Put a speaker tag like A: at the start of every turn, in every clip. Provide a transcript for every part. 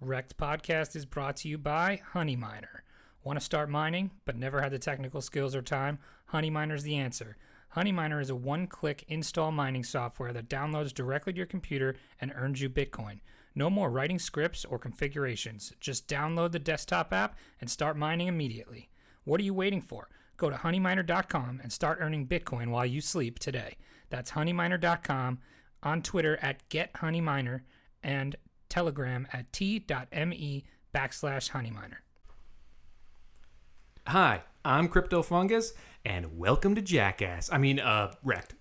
A: Wrecked Podcast is brought to you by Honey Miner. Want to start mining, but never had the technical skills or time? Honey Miner's the answer. Honey Miner is a one click install mining software that downloads directly to your computer and earns you Bitcoin. No more writing scripts or configurations. Just download the desktop app and start mining immediately. What are you waiting for? Go to honeyminer.com and start earning Bitcoin while you sleep today. That's honeyminer.com, on Twitter at GetHoneyMiner, and Telegram at t.me backslash honeyminer.
B: Hi, I'm Crypto Fungus, and welcome to Jackass. I mean, uh, Wrecked.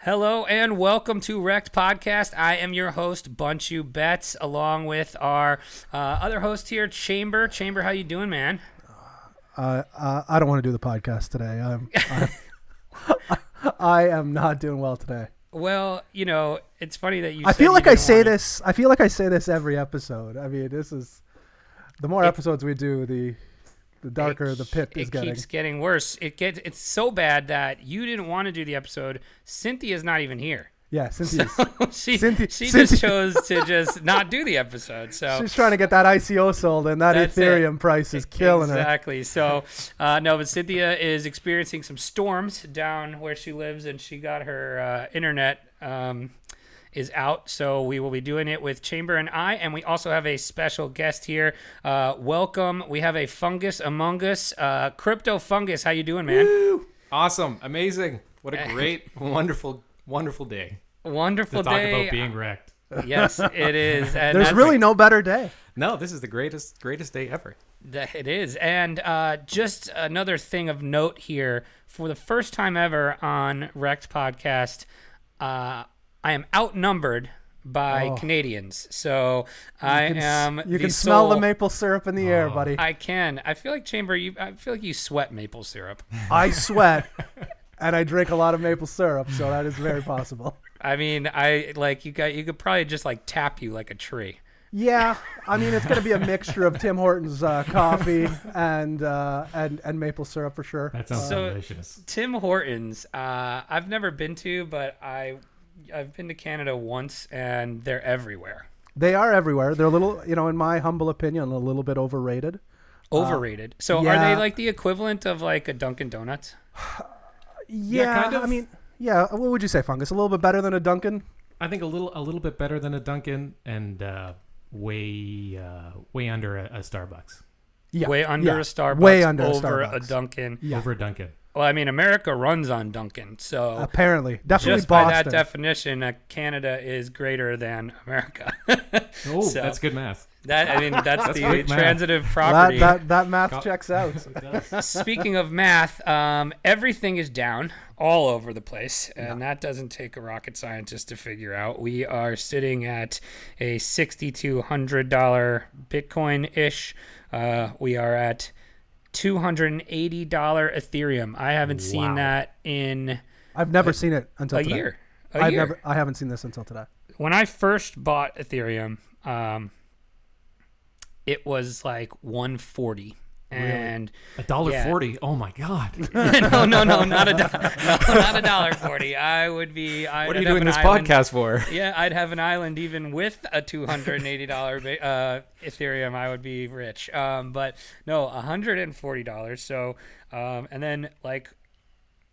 A: Hello and welcome to Wrecked Podcast. I am your host, Bunchu Betts, along with our uh, other host here, Chamber. Chamber, how you doing, man?
C: Uh, uh, I don't want to do the podcast today. I'm, I'm I am not doing well today.
A: Well, you know, it's funny that you.
C: I
A: said
C: feel
A: you
C: like I
A: didn't
C: say
A: want it.
C: this. I feel like I say this every episode. I mean, this is the more episodes we do, the the darker the pit
A: It
C: is getting.
A: keeps getting worse. It gets it's so bad that you didn't want to do the episode. Cynthia's not even here.
C: yeah, Cynthia's
A: she
C: Cynthia-
A: she
C: Cynthia-
A: just chose to just not do the episode. So
C: she's trying to get that ICO sold, and that
A: That's it.
C: Ethereum price is killing her.
A: exactly. So, uh, no, but Cynthia is experiencing some storms down where she lives, and she got her uh, internet um, is out. So we will be doing it with Chamber and I, and we also have a special guest here. Uh, welcome. We have a fungus among us, uh, crypto fungus. How you doing, man?
B: Awesome, amazing. What a great, wonderful, wonderful day to
A: Wonderful
B: talk
A: day. uh,
B: about being wrecked.
A: yes, it is. And
C: There's
A: that's-
C: really no better day.
B: No, this is the greatest, greatest day ever.
A: That it is. And uh, just another thing of note here for the first time ever on Wrecked Podcast, uh, I am outnumbered by Canadians. So I
C: Oh. You
A: am.
C: can s-
A: um,
C: you
A: the
C: can smell the
A: sole-
C: maple syrup in the air, buddy.
A: I can. I feel like Chamber. You. I feel like you sweat maple syrup.
C: I sweat, and I drink a lot of maple syrup, so that is very possible.
A: I mean, I like you. Got you could probably just like tap you like a tree.
C: Yeah, I mean it's going to be a mixture of Tim Hortons uh, coffee and uh, and and maple syrup for sure.
B: That sounds
A: So-
B: delicious.
A: Tim Hortons. Uh, I've never been to, but I, I've been to Canada once, and they're everywhere.
C: They are everywhere. They're a little, you know, in my humble opinion, a little bit overrated.
A: Overrated. so are
C: Uh, yeah.
A: they like the equivalent of like a Dunkin' Donuts?
C: Yeah,
B: kind
C: I
B: of.
C: mean, yeah. What would you say, fungus? A little bit better than a Dunkin'.
B: I think a little, a little bit better than a Dunkin' and uh, way, uh, way under a, a Starbucks.
C: Yeah,
A: Way under
C: yeah.
A: a Starbucks.
C: Way under a
A: over a,
C: Starbucks.
A: Dunkin'.
C: Yeah.
B: Over a Dunkin'.
A: Well, I mean, America runs on Dunkin', so
C: Apparently, definitely
A: just by
C: Boston.
A: that definition, uh, Canada is greater than America.
B: Oh,
A: So-
B: that's good math.
A: that I mean, that's, the
B: quick math.
A: transitive
C: that,
A: property.
C: that that math
B: Got-
C: checks out.
A: Speaking of math, um, everything is down all over the place, and that doesn't take a rocket scientist to figure out. We are sitting at a sixty-two hundred dollar Bitcoin ish. Uh, we are at two hundred and eighty dollar Ethereum. I haven't seen
B: Wow.
A: that in
C: I've never seen it until
A: a
C: today.
A: year. A
C: I've
A: year.
C: never. I haven't seen this until today.
A: when I first bought Ethereum, um, it was like one forty. And
B: A dollar
A: Yeah.
B: forty. Oh my god.
A: no, no, no, not a dollar, no, not a dollar forty. I would be. I,
B: What are
A: I'd
B: you
A: have
B: doing
A: an
B: this
A: island-
B: podcast for?
A: Yeah, I'd have an island even with a two hundred and eighty dollar uh, Ethereum. I would be rich. Um, but no, hundred and forty dollars. So, um, and then like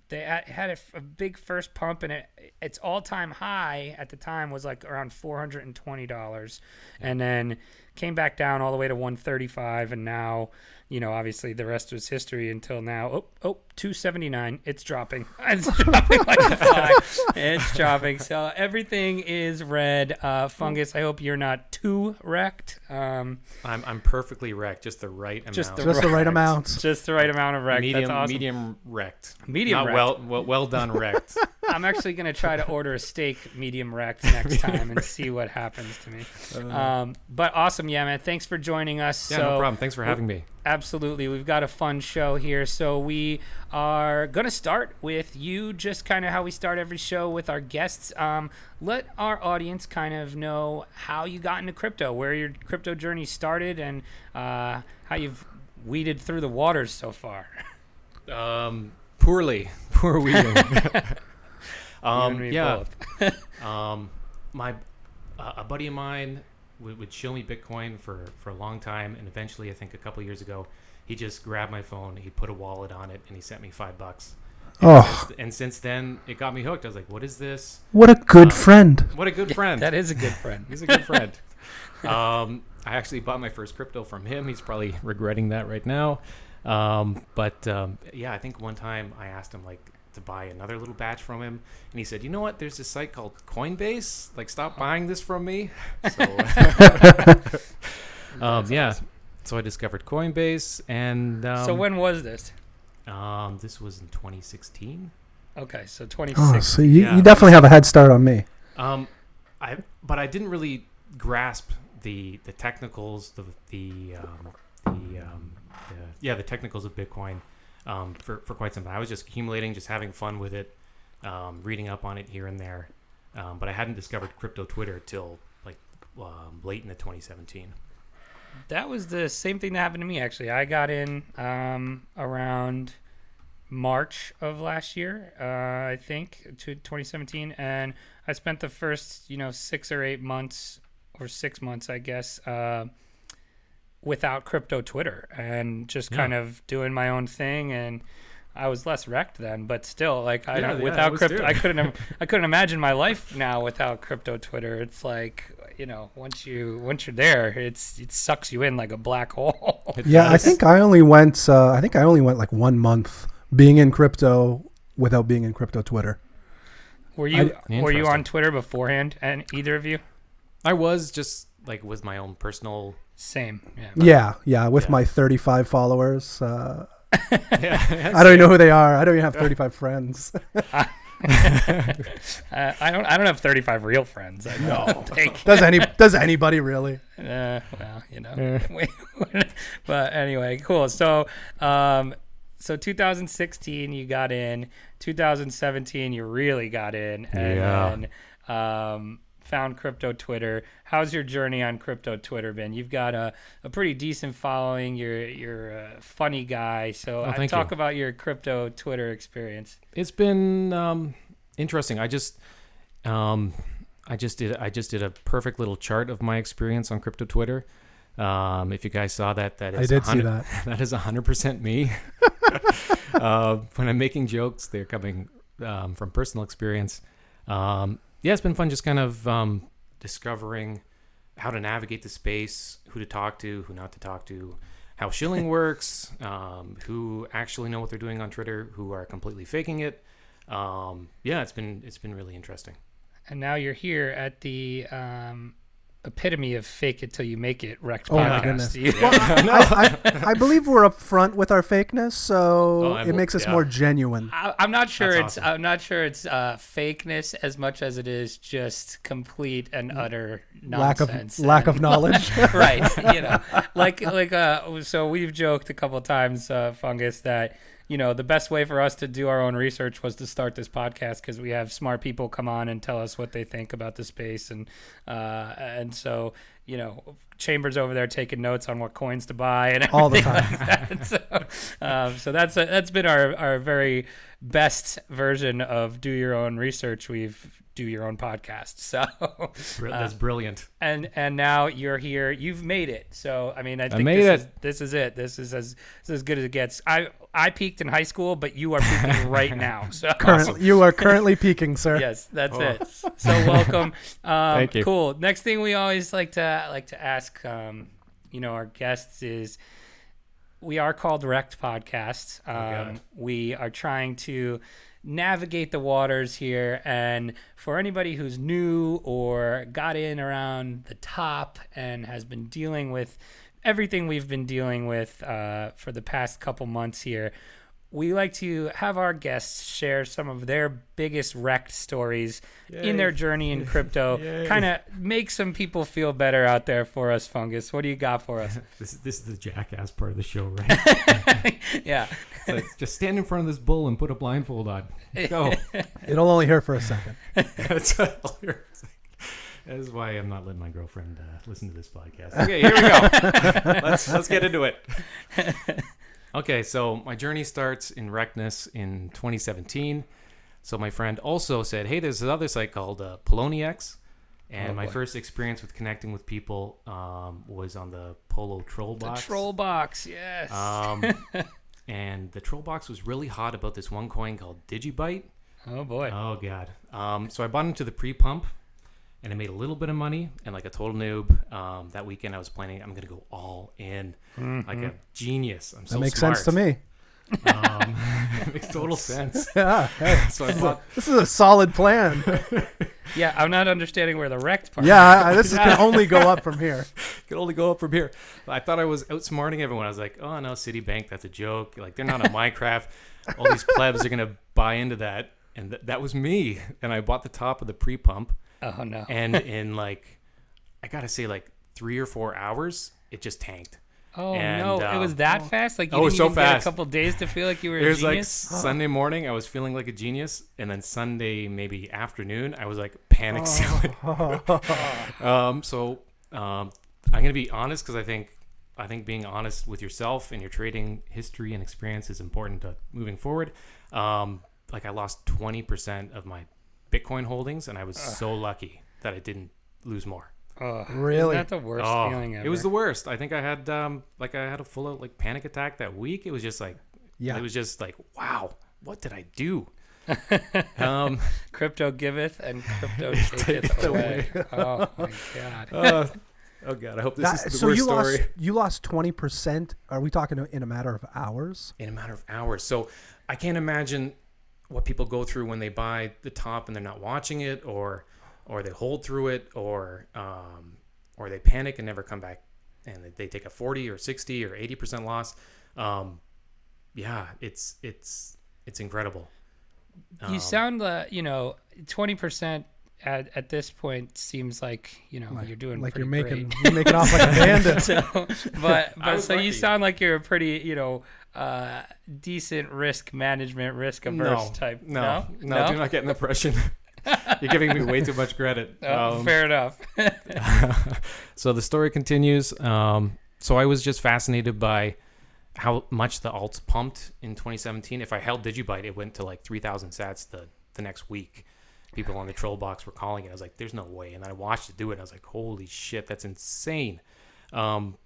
A: they had had a, f- a big first pump, and it its all time high at the time was like around four hundred and twenty dollars, and then came back down all the way to one thirty five, and now. You know, obviously, the rest was history until now. Oh, oh, 279. It's dropping. It's dropping like a fly. It's dropping. So uh, everything is red. Uh, fungus, I hope you're not too wrecked. Um,
B: I'm, I'm perfectly wrecked. Just the right amount.
A: Just the
C: Just the right
A: Right.
C: amount.
A: just the right amount of wrecked.
B: medium,
A: That's awesome.
B: medium wrecked.
A: Medium
B: Not
A: wrecked.
B: Well, well, well done, wrecked.
A: I'm actually gonna try to order a steak medium wrecked next time and see what happens to me. Um, but awesome, yeah, man. Thanks for joining us.
B: Uh, Yeah,
A: so,
B: no problem. Thanks for having me.
A: Absolutely. We've got a fun show here. So we are going to start with you, just kind of how we start every show with our guests. Um, let our audience kind of know how you got into crypto, where your crypto journey started, and uh, how you've weeded through the waters so far.
B: Um, poorly, poor weeding.
A: You and
B: um,
A: me
B: yeah,
A: both.
B: um, my uh, a buddy of mine would, would show me Bitcoin for for a long time, and eventually, I think a couple years ago, he just grabbed my phone, he put a wallet on it, and he sent me five bucks.
C: Oh.
B: Since- and since then, it got me hooked. I was like, "What is this?
C: What a good
B: Uh,
C: friend.
B: What a good friend!
A: That is a good friend.
B: He's a good friend." um, I actually bought my first crypto from him. He's probably regretting that right now. Um, but um, yeah, I think one time I asked him like to buy another little batch from him, and he said, "You know what? There's this site called Coinbase. Like, stop buying this from me." So, um, yeah. So I discovered Coinbase, and um,
A: so when was this?
B: um, this was in 2016.
A: Okay, so
C: Oh,
A: 26.
C: so you,
B: yeah.
C: you definitely have a head start on me.
B: Um, I but I didn't really grasp the the technicals, the the um, the, um, the yeah the technicals of Bitcoin um, for for quite some time. I was just accumulating, just having fun with it, um, reading up on it here and there. Um, but I hadn't discovered crypto Twitter till like um, late in the 2017.
A: That was the same thing that happened to me actually. I got in um, around March of last year, uh, I think, to 2017, and I spent the first you know six or eight months or six months, I guess, uh, without crypto Twitter and just
B: Yeah.
A: kind of doing my own thing and. I was less wrecked then, but still, like I
B: Yeah,
A: don't,
B: yeah, it
A: without
B: was
A: crypto,
B: too.
A: I couldn't, im- I couldn't imagine my life now without crypto Twitter. It's like, you know, once you, once you're there, it's, it sucks you in like a black hole.
B: It
C: Yeah, I
B: does-
C: think I only went. Uh, I think I only went like one month being in crypto without being in crypto Twitter.
A: Were you, were you on
B: Interesting.
A: Twitter beforehand? And either of you?
B: I was just like with my own personal
A: Same. Yeah.
C: Yeah, yeah, with
B: Yeah.
C: my 35 followers. Uh,
B: yeah,
C: I don't even know who they are. I don't even have 35 friends.
A: Uh, I don't, I don't have 35 real friends. I no. Think.
C: Does any does anybody really?
A: Uh, well, you know. but anyway, cool. So, um, so 2016 you got in. 2017 you really got in, and
B: Yeah.
A: then, um, found crypto Twitter. How's your journey on crypto Twitter been? You've got a, a pretty decent following. You're you're a funny guy. So I
B: thank
A: talk
B: you.
A: about your crypto Twitter experience.
B: it's been um, interesting. I just um, I just did I just did a perfect little chart of my experience on crypto Twitter. Um, if you guys saw that, that is
C: I did see
B: 100
C: that.
B: that is hundred percent me. uh, when I'm making jokes, they're coming um, from personal experience. Um, yeah, it's been fun just kind of um, discovering how to navigate the space, who to talk to, who not to talk to, how shilling works, um, who actually know what they're doing on Twitter, who are completely faking it. Um, yeah, it's been it's been really interesting.
A: And now you're here at the um, epitome of fake it till you make it wrecked
C: Oh, my
A: podcast.
C: goodness.
A: You-
C: I, I, I believe we're up front with our fakeness, so
B: Oh, I
C: it
B: will-
C: makes us
B: yeah.
C: more genuine.
A: I, I'm not sure
B: That's
A: it's I'm not sure it's uh, fakeness as much as it is just complete and utter nonsense.
C: Mm. Lack of lack of knowledge.
A: right, you know, like like uh, so we've joked a couple times, uh, fungus that you know the best way for us to do our own research was to start this podcast because we have smart people come on and tell us what they think about the space and uh, and so you know chambers over there taking notes on what coins to buy and
C: All the
A: everything like that. so, um, so that's that's been our our very best version of do your own research. We've do your own podcast. So
B: Bri- That's brilliant.
A: and and now you're here. You've made it. So I mean, I think
B: made
A: this
B: it.
A: is this is it. This is as this is as good as it gets. I I peaked in high school, but you are peaking right now. So
C: Current- You are currently peaking, sir.
A: yes, that's it. So welcome. Um,
B: Thank you.
A: Cool. Next thing we always like to like to ask, um, you know, our guests is we are called Wrecked Podcasts. Um,
B: Oh, God.
A: we are trying to navigate the waters here, and for anybody who's new or got in around the top and has been dealing with everything we've been dealing with uh, for the past couple months here we like to have our guests share some of their biggest wrecked stories in their journey in crypto.
B: Yay.
A: Kind of make some people feel better out there for us, Fungus. What do you got for us?
B: This, this is the jackass part of the show, right?
A: yeah.
B: It's like, just stand in front of this bull and put a blindfold on. Go.
C: It'll only hear for a second.
B: That's all you're saying. That is why I'm not letting my girlfriend uh, listen to this podcast. Okay, here we go. let's let's get into it. okay, so my journey starts in Reckless in 2017. So my friend also said, "Hey, there's this other site called uh, Poloniex," and
A: Oh,
B: my
A: boy.
B: first experience with connecting with people um, was on the Polo Troll
A: The
B: Box.
A: troll box. Yes.
B: Um, and the Troll Box was really hot about this one coin called Digibyte.
A: oh, boy.
B: Oh god. Um, so I bought into the pre pump, and I made a little bit of money. And like a total noob, um, that weekend I was planning I'm gonna go all in, like a genius. I'm so
C: That makes
B: smart.
C: sense to me.
B: Um, it makes total sense.
C: Yeah. hey,
B: So I bought.
C: this is a solid plan.
A: Yeah, I'm not understanding where the wrecked part
C: Yeah, I, I- this is can only go up from here.
B: Could only go up from here. But I thought I was outsmarting everyone. I was like, oh no, Citibank, that's a joke. Like they're not a Minecraft. All these plebs are gonna buy into that, and th- that was me. And I bought the top of the pre pump.
A: Oh, no.
B: and in like I gotta say like three or four hours, it just tanked.
A: Oh,
B: And,
A: no. it
B: uh,
A: was that fast? Like, you
B: Oh, it
A: didn't
B: was so
A: even get a
B: fast.
A: couple days to feel like you were
B: It
A: a
B: was like
A: genius?
B: Sunday morning, I was feeling like a genius, and then Sunday maybe afternoon, I was like
A: Oh.
B: panic selling. um, so um, I'm gonna be honest because I think I think being honest with yourself and your trading history and experience is important to moving forward. Um, like I lost 20% of my Bitcoin holdings, and I was so lucky that I didn't lose more.
A: Ugh,
C: Really?
A: Is Oh, that the worst
B: Oh,
A: feeling ever?
B: It was the worst. I think I had um like I had a full out like panic attack that week. It was just like
C: Yeah.
B: It was just like wow, what did I do? um
A: crypto giveth and crypto taketh away. oh my god.
B: uh, Oh god, I hope this is
C: That-
B: the
C: so
B: worst
C: you
B: story.
C: lost you lost twenty percent. Are we talking in a matter of hours?
B: In a matter of hours. So I can't imagine what people go through when they buy the top and they're not watching it or or they hold through it or um or they panic and never come back and they, they take a 40 or 60 or 80% loss. Um yeah, it's it's it's incredible.
A: you
B: Um,
A: sound uh, you know, twenty percent at, at this point seems like you know Oh, you're doing
C: like
A: pretty
C: you're making
A: great.
C: you're making off like a bandit.
A: so, but but
B: was
A: so you
B: lucky.
A: sound like you're a pretty you know uh, decent risk management risk averse type.
B: No, no,
A: no,
B: do not get an impression. You're giving me way too much credit.
A: Oh,
B: Um,
A: fair enough.
B: so the story continues. Um, so I was just fascinated by how much the alts pumped in 2017. If I held Digibyte, it went to like 3,000 sats the, the next week. People on the troll box were calling it. I was like, there's no way. And then I watched it do it. And I was like, holy shit, that's insane. Um,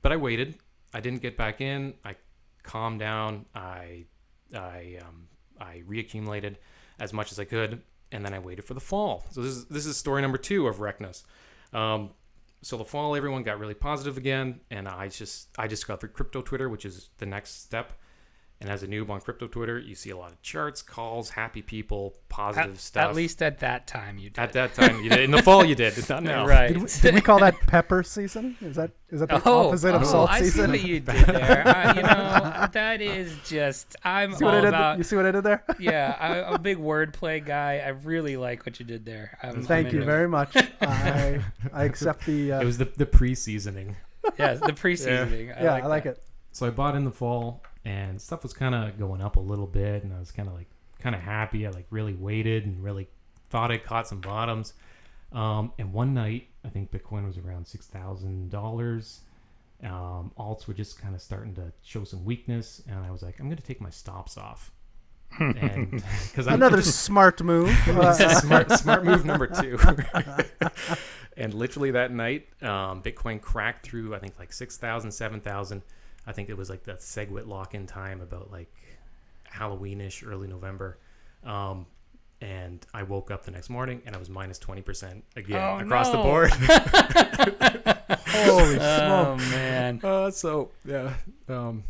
B: but I waited. I didn't get back in. I calmed down. I I um, I reaccumulated as much as I could, and then I waited for the fall. So this is this is story number two of Reckless. Um, so the fall, everyone got really positive again, and I just I discovered crypto Twitter, which is the next step. And as a noob on crypto Twitter, you see a lot of charts, calls, happy people,
A: At,
B: positive stuff.
A: at least at that time you did.
B: at that time, you did. In the fall, you did. Not now.
A: Right.
C: Did we, did we call that pepper season? Is that is that the
A: Oh,
C: opposite of
A: oh,
C: salt
A: I
C: season?
A: see what you did there. I, you know, that is just I'm
C: See what I
A: all
C: did-
A: about.
C: you see what I did there?
A: yeah, I, I'm a big wordplay guy. I really like what you did there. I'm,
C: Thank
A: I'm
C: you
A: into
C: very much. I I accept the uh,
B: It was the, the pre seasoning.
A: it. Yes, the preseasoning.
C: yeah. I like
A: that.
C: it.
B: so I bought in the fall, and stuff was kind of going up a little bit, and I was kind of like kind of happy. I like really waited and really thought I caught some bottoms. Um, and one night, I think Bitcoin was around six thousand dollars. Um, alts were just kind of starting to show some weakness, and I was like, I'm going to take my stops off. And because I'm
C: Another smart move. Uh,
B: smart, smart move number two. and literally that night, um, Bitcoin cracked through, I think, like 6,000, 7,000. I think it was like that SegWit lock in time about like Halloweenish, early November. Um, and I woke up the next morning and I was minus 20% again
A: Oh,
B: across the
A: no.
B: board.
C: holy
A: Oh
C: smoke!
A: man,
B: uh, so, yeah. Um,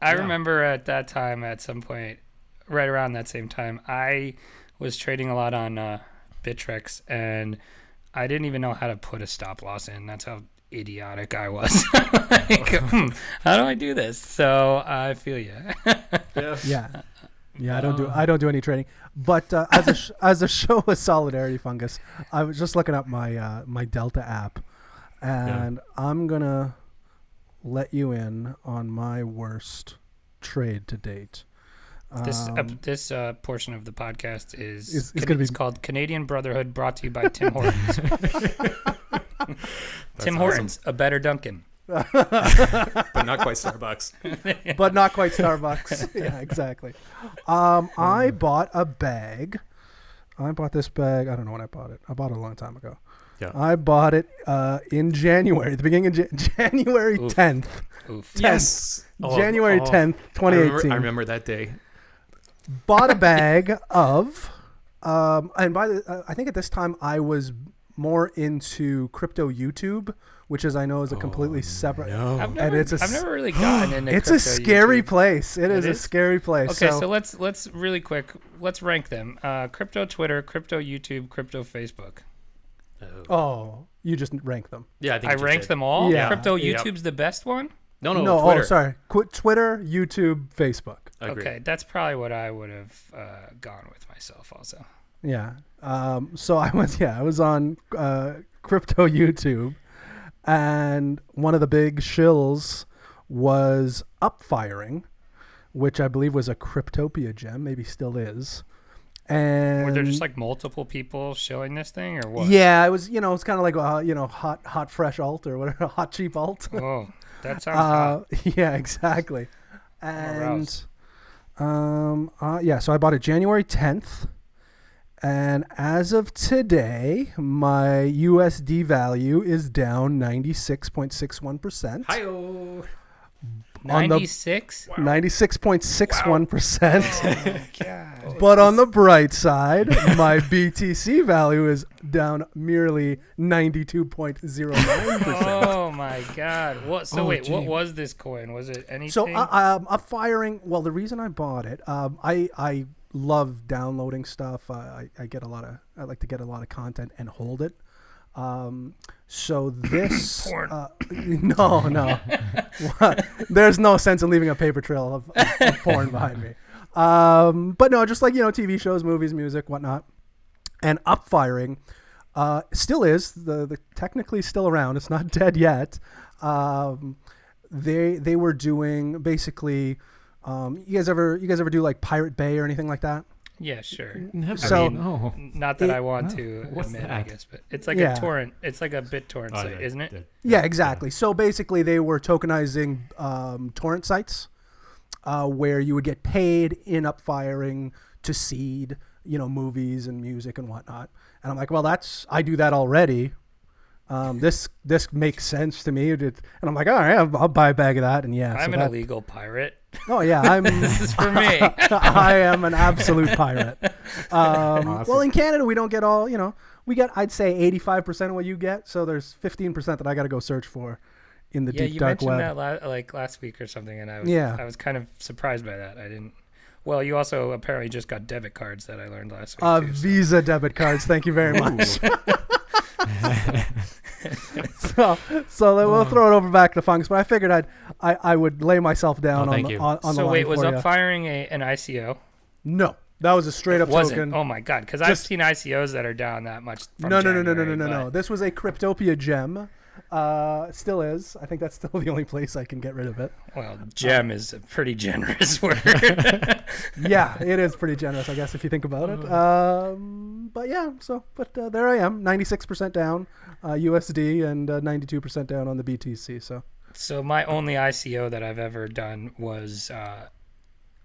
A: I
B: Yeah.
A: remember at that time, at some point, right around that same time, I was trading a lot on uh, Bittrex, and I didn't even know how to put a stop loss in. That's how idiotic I was. like, hmm, how do I do this? So I feel you.
C: Yeah. Yeah, I don't do I don't do any training. But uh, as a sh- as a show with Solidarity Fungus, I was just looking up my uh, my Delta app, and I'm gonna let you in on my worst trade to date.
A: This uh,
C: Um,
A: this uh, portion of the podcast is
C: It's- it's
A: Can-
C: gonna be-
A: it's called Canadian Brotherhood, brought to you by Tim Hortons. Tim
B: awesome.
A: Hortons, a better Dunkin'.
C: Um,
B: but not quite Starbucks.
C: but not quite Starbucks. yeah, exactly. Um, I bought a bag. I bought this bag. I don't know when I bought it. I bought it a long time ago.
B: Yeah.
C: I bought it uh, in January, the beginning of Jan- January
A: Oof.
C: 10th.
A: Oof.
B: Yes.
C: January 10th,
B: Oh, I
C: 2018.
B: remember, I remember that day.
C: Bought a bag of, um, and by the, uh, I think at this time I was more into crypto YouTube, which is I know is a completely separate.
A: I've
B: Oh, No.
A: never,
C: Oh. it's a
A: I've
C: s-
A: never really gotten into
C: It's a
A: crypto
C: scary
A: YouTube.
C: place. it
A: It
C: is,
A: is?
C: a scary place.
A: Okay, so,
C: so
A: let's let's really quick let's rank them: uh, crypto Twitter, crypto YouTube, crypto Facebook.
C: oh, you just rank them.
B: Yeah, I think
A: I
B: you
A: ranked
B: did.
A: them all.
C: Yeah.
A: Crypto
B: Yep.
A: YouTube's the best one.
B: No, no,
C: No,
B: Twitter.
C: oh, sorry. Quit Twitter, YouTube, Facebook.
B: Agreed.
A: Okay, that's probably what I would have uh, gone with myself. Also,
C: Yeah. Um, so I was yeah I was on uh, crypto YouTube, and one of the big shills was upfiring, which I believe was a Cryptopia gem, maybe still is. And
A: were there just like multiple people showing this thing, or what?
C: yeah, it was you know it's kind of like uh, you know hot hot fresh alt or whatever hot cheap alt.
A: Oh, that sounds
C: Uh,
A: hot.
C: yeah, exactly. And um, uh, yeah, so I bought it January 10th. And as of today, my USD value is down 96.61%.
B: Hi-oh.
C: on the-
A: ninety six.
C: 96.61%.
A: God.
C: But on the bright side, my BTC value is down merely 92.09%.
A: Oh my God! What? So
B: Oh,
A: wait, what
B: gee.
A: was this coin? Was it anything?
C: So I, um, I'm firing. Well, the reason I bought it, um, I I love downloading stuff. Uh, I I get a lot of I like to get a lot of content and hold it. Um, so this
A: Porn.
C: uh, no no, there's no sense in leaving a paper trail of, of, of porn behind me. Um, but no, just like you know, TV shows, movies, music, whatnot, and upfiring. Uh, still is the, the technically still around. It's not dead yet. Um, they they were doing basically. Um, you guys ever you guys ever do like Pirate Bay or anything like that?
A: yeah, sure.
B: Never.
C: So-
B: no.
A: N- Not that
C: It-
A: I want to
B: what's
A: admit, I
B: that?
A: guess, but it's like
C: Yeah.
A: a torrent. It's like a bit torrent
B: Oh,
A: site,
B: yeah,
A: isn't it?
B: yeah.
C: Yeah, exactly. So basically, they were tokenizing um, torrent sites uh, where you would get paid in upfiring to seed, you know, movies and music and whatnot. And I'm like, well, that's I do that already. Um, this this makes sense to me. It- And I'm like, all right, I'll, I'll buy a bag of that. And yeah, so
A: I'm an
C: that-
A: illegal pirate.
C: Oh yeah, I'm
A: This is for me.
C: I am an absolute pirate. Um,
B: Awesome.
C: Well, in Canada, we don't get all, you know, we get, I'd say, 85% of what you get. So there's 15% that I got to go search for in the
A: yeah,
C: deep
A: you
C: dark
A: mentioned
C: web.
A: that la- like last week or something, and I was
C: Yeah.
A: I was kind of surprised by that. I didn't. Well, you also apparently just got debit cards that I learned last week.
C: Uh,
A: too, so-
C: Visa debit cards. Thank you very much. so, so then
A: Uh.
C: we'll throw it over back to Funks. But I figured I'd, I, I would lay myself down
B: Oh,
C: on,
B: thank
C: the,
B: you.
C: on, on the
A: so
C: line
A: wait, was
C: for ya.
A: upfiring a, an ICO?
C: No, that was a straight up
A: Wasn't.
C: token.
A: Oh my god, because I've
C: Just-
A: seen ICOs that are down that much. From
C: no, no, no, no, no, no,
A: January,
C: no,
A: but-
C: no. This was a Cryptopia gem. Uh, still is. I think that's still the only place I can get rid of it.
A: Well, gem is a pretty generous word.
C: yeah, it is pretty generous, I guess, if you think about it.
A: Uh.
C: Um, but yeah, so but uh, there I am, ninety six percent down uh, USD and ninety two percent down on the BTC. So
A: so my only ICO that I've ever done was uh,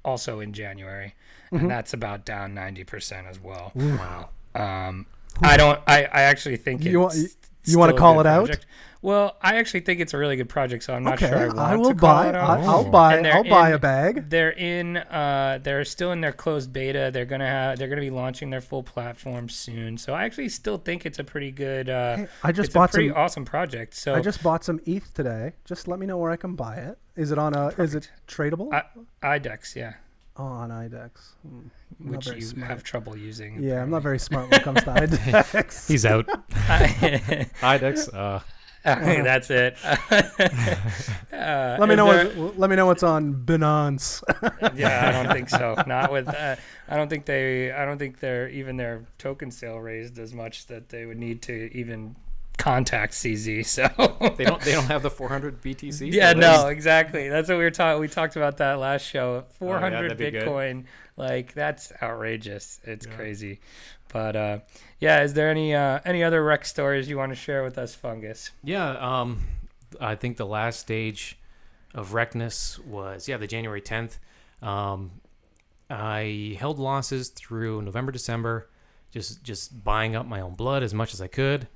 A: also in January,
C: Mm-hmm.
A: and that's about down ninety percent as well.
B: Wow.
A: Um, I don't. I, I actually think
C: You wa-
A: it's
C: you wanna
A: still a
C: call
A: good
C: it out?
A: project. Well, I actually think it's a really good project, so I'm not
C: okay,
A: sure I want
C: I will
A: to call
C: buy.
A: it
C: I,
A: out.
C: I'll
B: Oh.
C: buy.
A: And they're
C: I'll buy
A: in-
C: a bag.
A: They're in. Uh, they're still in their closed beta. They're gonna have. They're gonna be launching their full platform soon. So I actually still think it's a pretty good. Uh,
C: Hey, I just
A: it's
C: bought
A: a pretty
C: some.
A: awesome project. So
C: I just bought some ETH today. Just let me know where I can buy it. Is it on a? Is it tradable?
A: I, IDEX, yeah,
C: oh, on IDEX. Hmm, I'm not
A: which
C: very
A: you
C: smart.
A: have trouble using.
C: E Yeah, I'm not very smart when it comes to IDEX.
B: He's out.
A: apparently.
B: IDEX. Uh,
A: Okay, that's it. Uh,
C: Let me
A: is
C: know
A: there-
C: what, let me know what's on Binance.
A: yeah, I don't think so. Not with. Uh, I don't think they. I don't think their even their token sale raised as much that they would need to even contact CZ. So
B: They don't. They don't have the 400 BTC.
A: yeah,
B: for
A: no,
B: this.
A: exactly. That's what we were talking. We talked about that last show. Four hundred
B: Oh, that'd be good.
A: Bitcoin, like that's outrageous. It's crazy. But uh, yeah, is there any uh, any other wreck stories you want to share with us, Fungus?
B: Yeah. Um, I think the last stage of Recness was yeah the January 10th. Um, I held losses through November, December, just just buying up my own blood as much as I could.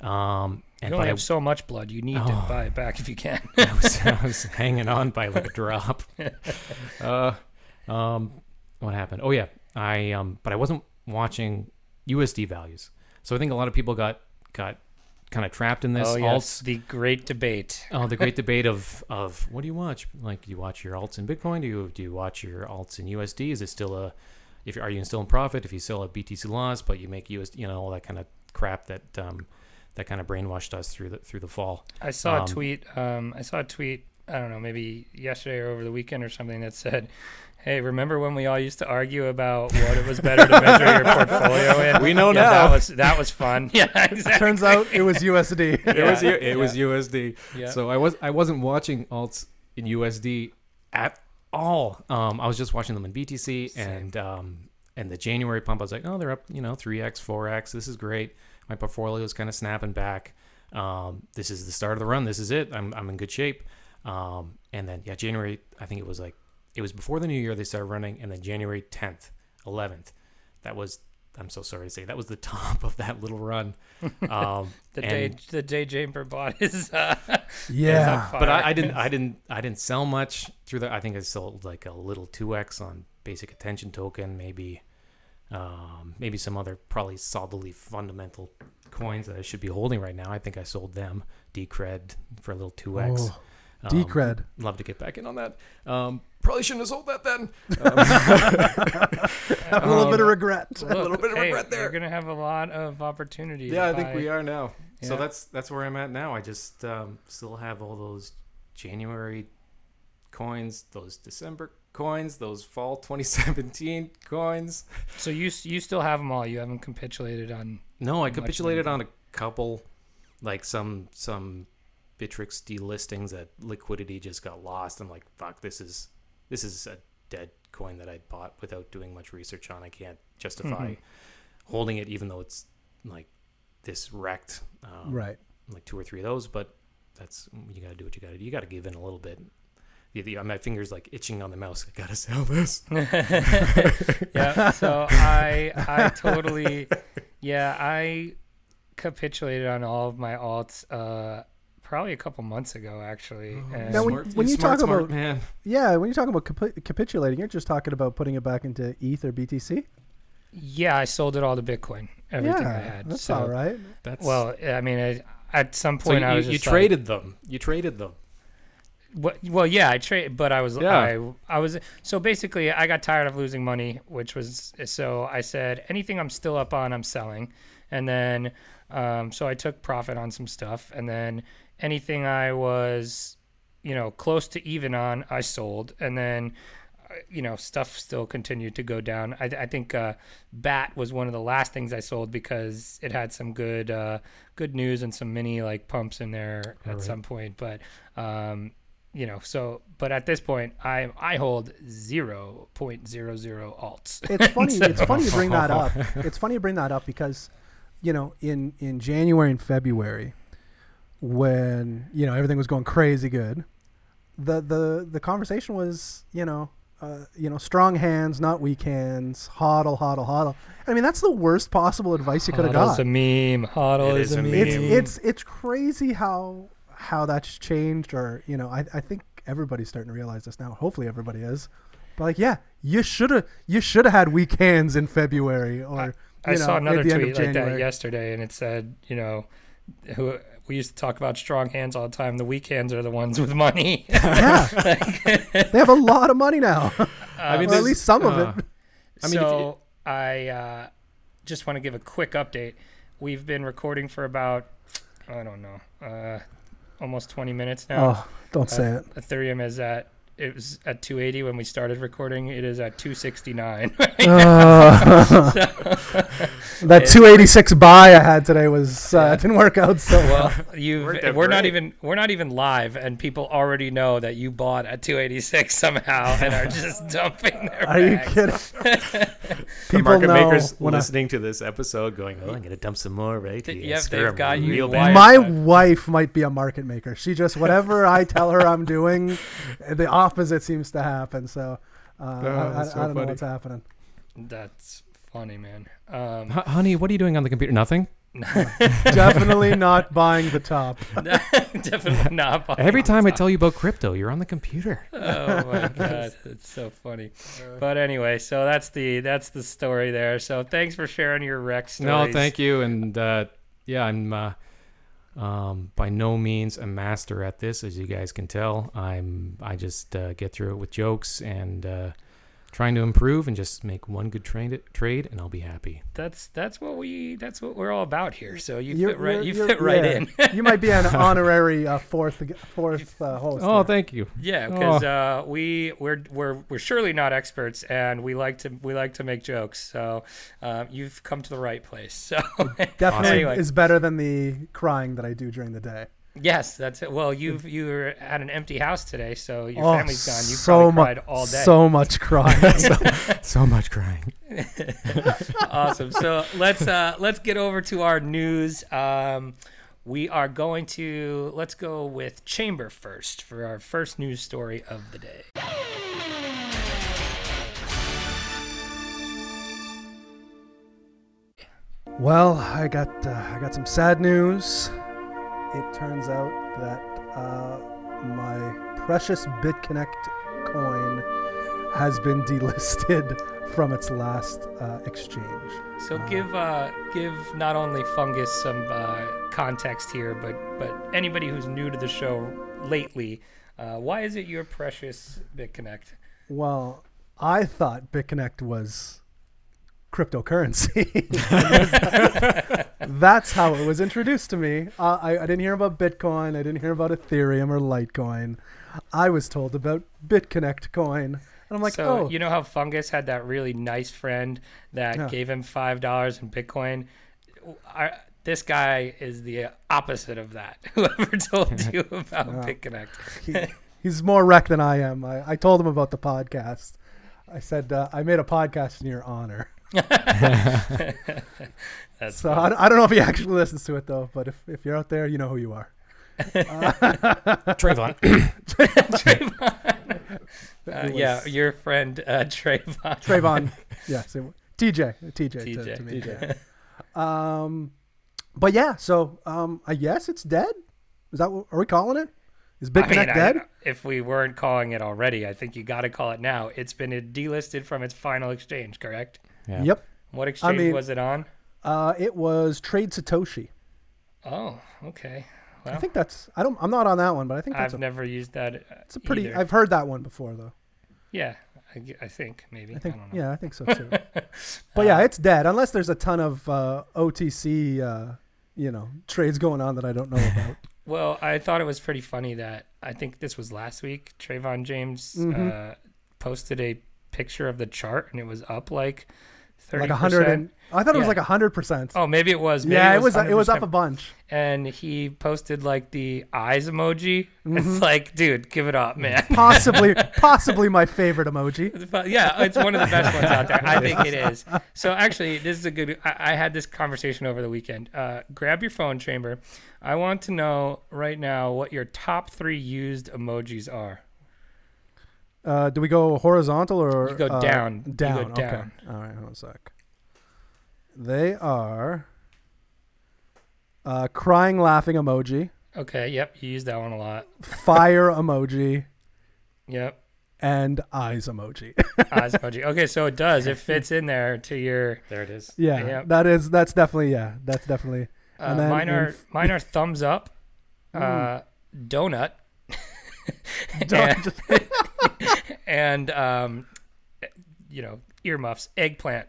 B: Um,
A: You
B: and but
A: only
B: I-
A: have so much blood. You need
B: Oh.
A: to buy it back if you can.
B: I was, I was hanging on by like a drop. Uh, um, what happened? Oh yeah, I um, but I wasn't watching USD values, so I think a lot of people got got kind of trapped in this.
A: oh yes,
B: Alts,
A: the great debate.
B: oh, the great debate of of what do you watch? Like, do you watch your alts in Bitcoin? Do you do you watch your alts in USD? Is it still a if are you still in profit if you sell a BTC loss but you make USD? You know all that kind of crap that um, that kind of brainwashed us through the through the fall.
A: I saw
B: Um,
A: a tweet. Um, I saw a tweet. I don't know, maybe yesterday or over the weekend or something that said, "Hey, remember when we all used to argue about what it was better to measure your portfolio in?"
B: We know
A: yeah,
B: now.
A: That was that was fun. Yeah, exactly.
C: Turns out it was USD.
B: it was
A: Yeah.
B: U- it was USD.
A: Yeah.
B: So I was I wasn't watching alts in USD at all. Um, I was just watching them in BTC and um, and the January pump. I was like, oh, they're up, you know, three x, four x. This is great. My portfolio is kind of snapping back. Um, this is the start of the run. This is it. I'm I'm in good shape. Um, and then yeah, January. I think it was like it was before the new year they started running, and then January 10th, 11th. That was I'm so sorry to say that was the top of that little run. Um,
A: the
B: and-
A: day the day Chamber bought his. Uh,
C: Yeah.
B: but I, I didn't I didn't I didn't sell much through that. I think I sold like a little two X on basic attention token, maybe um, maybe some other probably solidly fundamental coins that I should be holding right now. I think I sold them Decred for a little two X. Um,
C: Oh, Decred.
B: Love to get back in on that. Um, probably shouldn't have sold that then. Um,
C: a little bit of
B: um,
C: regret.
A: Look,
B: little bit of
A: hey,
B: regret there.
A: We're gonna have a lot of opportunities.
B: yeah, I think we are now. So
A: Yeah.
B: that's that's where I'm at now. I just um, still have all those January coins, those December coins, those fall 2017 coins.
A: So you s- you still have them all. You haven't capitulated on.
B: No, I
A: Much
B: capitulated on a couple, like some some Bitrix delistings that liquidity just got lost. I'm like, fuck, this is this is a dead coin that I bought without doing much research on. I can't justify
A: Mm-hmm.
B: holding it, even though it's like this wrecked. Um,
C: Right.
B: like two or three of those, but that's you got to do what you got to do. You got to give in a little bit. The, the, my fingers like itching on the mouse. I gotta sell this.
A: yeah. So I I totally yeah I capitulated on all of my alts uh, probably a couple months ago actually. and
C: Now, when- when you
B: smart,
C: talk
B: smart
C: about-
B: man,
C: Yeah, when you talk about capi- capitulating, you're just talking about putting it back into ETH or BTC.
A: yeah, I sold it all to Bitcoin. Everything
C: yeah,
A: I had.
C: that's
A: so,
C: all right.
B: that's
A: Well, I mean, I, at some
B: So
A: point
B: you,
A: I was
B: you
A: just like-
B: traded them. You traded them.
A: What, well, yeah, I trade, but I was,
B: Yeah.
A: I, I was. So basically, I got tired of losing money, which was so I said anything I'm still up on, I'm selling, and then, um, so I took profit on some stuff, and then anything I was, you know, close to even on, I sold, and then, uh, you know, stuff still continued to go down. I, I think uh, Bat was one of the last things I sold because it had some good, uh, good news and some mini like pumps in there at
B: Right.
A: some point, but. Um, you know, so but at this point, I I hold zero point zero zero alts.
C: It's funny. it's funny you bring that up. It's funny you bring that up because, you know, in in January and February, when you know everything was going crazy good, the the the conversation was you know. Uh, you know, strong hands, not weak hands. Hodl, hodl, hodl. I mean, that's the worst possible advice you could have
A: Hoddle's
C: got.
A: a meme. Hoddle
B: It
A: is, a meme.
C: it's it's it's crazy how how that's changed or you know I, I think everybody's starting to realize this now hopefully everybody is but like yeah you should have you should have had weak hands in february or you
A: I
C: know,
A: saw
C: at
A: another
C: the end of
A: tweet like that
C: January.
A: yesterday, and it said, you know, who we used to talk about strong hands all the time. The weak hands are the ones with money.
C: yeah they have a lot of money now
B: I mean,
C: or at
B: there's-
C: least some
B: uh,
C: of it
B: I
A: Um,
B: mean, if
A: so I uh, just want to give a quick update. We've been recording for about I don't know, uh, almost 20 minutes now.
C: Oh, don't say it.
A: Ethereum is at it was at 280 when we started recording. It is at 269.
C: Uh, that 286 buy I had today was uh, it didn't work out so well.
A: well, you
D: Worked
A: we're
D: out
A: not
D: great.
A: even we're not even live, and people already know that you bought at 286 somehow and are just dumping their.
C: Are you
A: bags.
C: kidding?
B: The
C: People
B: market
C: know
B: makers
C: when I,
B: listening to this episode going, "Oh, I'm gonna dump some more right
A: Th-
B: here."
A: yep,
B: Scare
A: they've
B: 'em
A: got you
B: real
A: wired.
B: bad."
C: my
A: that.
C: wife might be a market maker. She just whatever I tell her I'm doing, the opposite seems to happen. So uh, I, I,
B: Oh, that's so
C: I don't know
B: funny.
C: what's happening.
A: That's funny, man. Um,
B: H- honey, what are you doing on the computer? Nothing.
C: Definitely not buying the top.
A: definitely not. buying
B: Every time I tell you about crypto, you're on the computer.
A: oh my god it's so funny but anyway so that's the that's the story there so thanks for sharing your wreck stories
B: No, thank you. And uh, yeah, I'm uh, um, by no means a master at this, as you guys can tell. I'm I just uh, get through it with jokes and uh, trying to improve and just make one good trade trade, and I'll be happy.
A: that's that's what we that's what we're all about here so you
C: You're-
A: fit right
C: you're-
A: you
C: you're-
A: fit right
C: yeah.
A: in
C: you might be an honorary uh, fourth fourth uh, host.
B: Oh,
C: there.
B: thank you.
A: yeah because
C: Oh.
A: uh, we we're, we're we're surely not experts and we like to we like to make jokes so uh, you've come to the right place so
C: definitely
A: Anyway.
C: is better than the crying that I do during the day.
A: yes that's it well you've you were at an empty house today so your
C: oh,
A: family's gone you
C: so
A: probably
C: much,
A: cried all day
C: so much crying.
B: so much crying.
A: awesome. So let's uh, let's get over to our news. Um, we are going to let's go with Chamber first for our first news story of the day.
C: Well, I got uh, I got some sad news. It turns out that uh, my precious BitConnect coin has been delisted from its last uh, exchange.
A: So give uh, give not only Fungus some uh, context here, but but anybody who's new to the show lately, uh, why is it your precious BitConnect?
C: Well, I thought BitConnect was cryptocurrency. That's how it was introduced to me. Uh, I, I didn't hear about Bitcoin. I didn't hear about Ethereum or Litecoin. I was told about BitConnect coin. And I'm like,
A: so
C: oh,
A: you know how Fungus had that really nice friend that
C: Yeah.
A: gave him five dollars in Bitcoin. Our- this guy is the opposite of that. Whoever told you about BitConnect,
C: he, he's more wrecked than I am. I, I told him about the podcast. I said, uh, I made a podcast in your honor.
A: That's
C: so I, I don't know if he actually listens to it, though, but if, if you're out there, you know who you are.
B: Trayvon.
A: uh,
C: It
A: yeah,
C: was
A: your friend uh, Trayvon.
C: Trayvon. yeah, so TJ. TJ.
A: TJ,
C: To, to me. yeah. Um, but yeah, so um, I guess it's dead. Is that what, are we calling it? Is
A: I
C: Big
A: mean,
C: Connect
A: I-
C: dead?
A: if we weren't calling it already, I think you got to call it now. It's been uh, delisted from its final exchange, correct?
B: Yeah.
C: Yep.
A: What exchange
C: mean-
A: was it on?
C: Uh, it was Trade Satoshi.
A: Oh, okay.
C: I
A: Well,
C: think that's. I don't. I'm not on that one, but I think that's.
A: I've
C: A,
A: never used that. uh,
C: it's a pretty.
A: either.
C: I've heard that one before though.
A: Yeah, I, g- I think maybe. I,
C: I think.
A: don't know. Uh,
C: yeah, I think so too. but yeah, it's dead unless there's a ton of uh, OTC, uh, you know, trades going on that I don't know about.
A: Well, I thought it was pretty funny that I think this was last week. Trayvon James
C: Mm-hmm.
A: uh, posted a picture of the chart, and it was up like thirty
C: like a hundred and. I thought it was
A: Yeah.
C: like a hundred percent.
A: Oh, maybe it was. Maybe
C: Yeah, it was. It was up a
A: 100%.
C: bunch.
A: And he posted like the eyes emoji.
C: Mm-hmm.
A: It's like, dude, give it up, man.
C: Possibly, possibly my favorite emoji.
A: But yeah, it's one of the best ones out there. I think it is. So actually, this is a good. I, I had this conversation over the weekend. Uh, grab your phone, Chamber. I want to know right now what your top three used emojis are.
C: Uh, do we go horizontal or
A: You go
C: uh,
A: down. You go
C: Down.
A: down.
C: Okay. All right. Hold on a sec. They are uh, crying, laughing emoji,
A: Okay. Yep. You use that one a lot.
C: fire emoji,
A: Yep.
C: and eyes emoji.
A: Eyes emoji. Okay. So it does. It fits in there to your.
B: There it is.
C: yeah,
A: Yep.
C: that is. That's definitely. Yeah, that's definitely.
A: Uh,
C: And then
A: mine are
C: in- Mm.
A: mine are thumbs up, uh, donut,
C: Don't just-
A: and um, you know earmuffs, eggplant.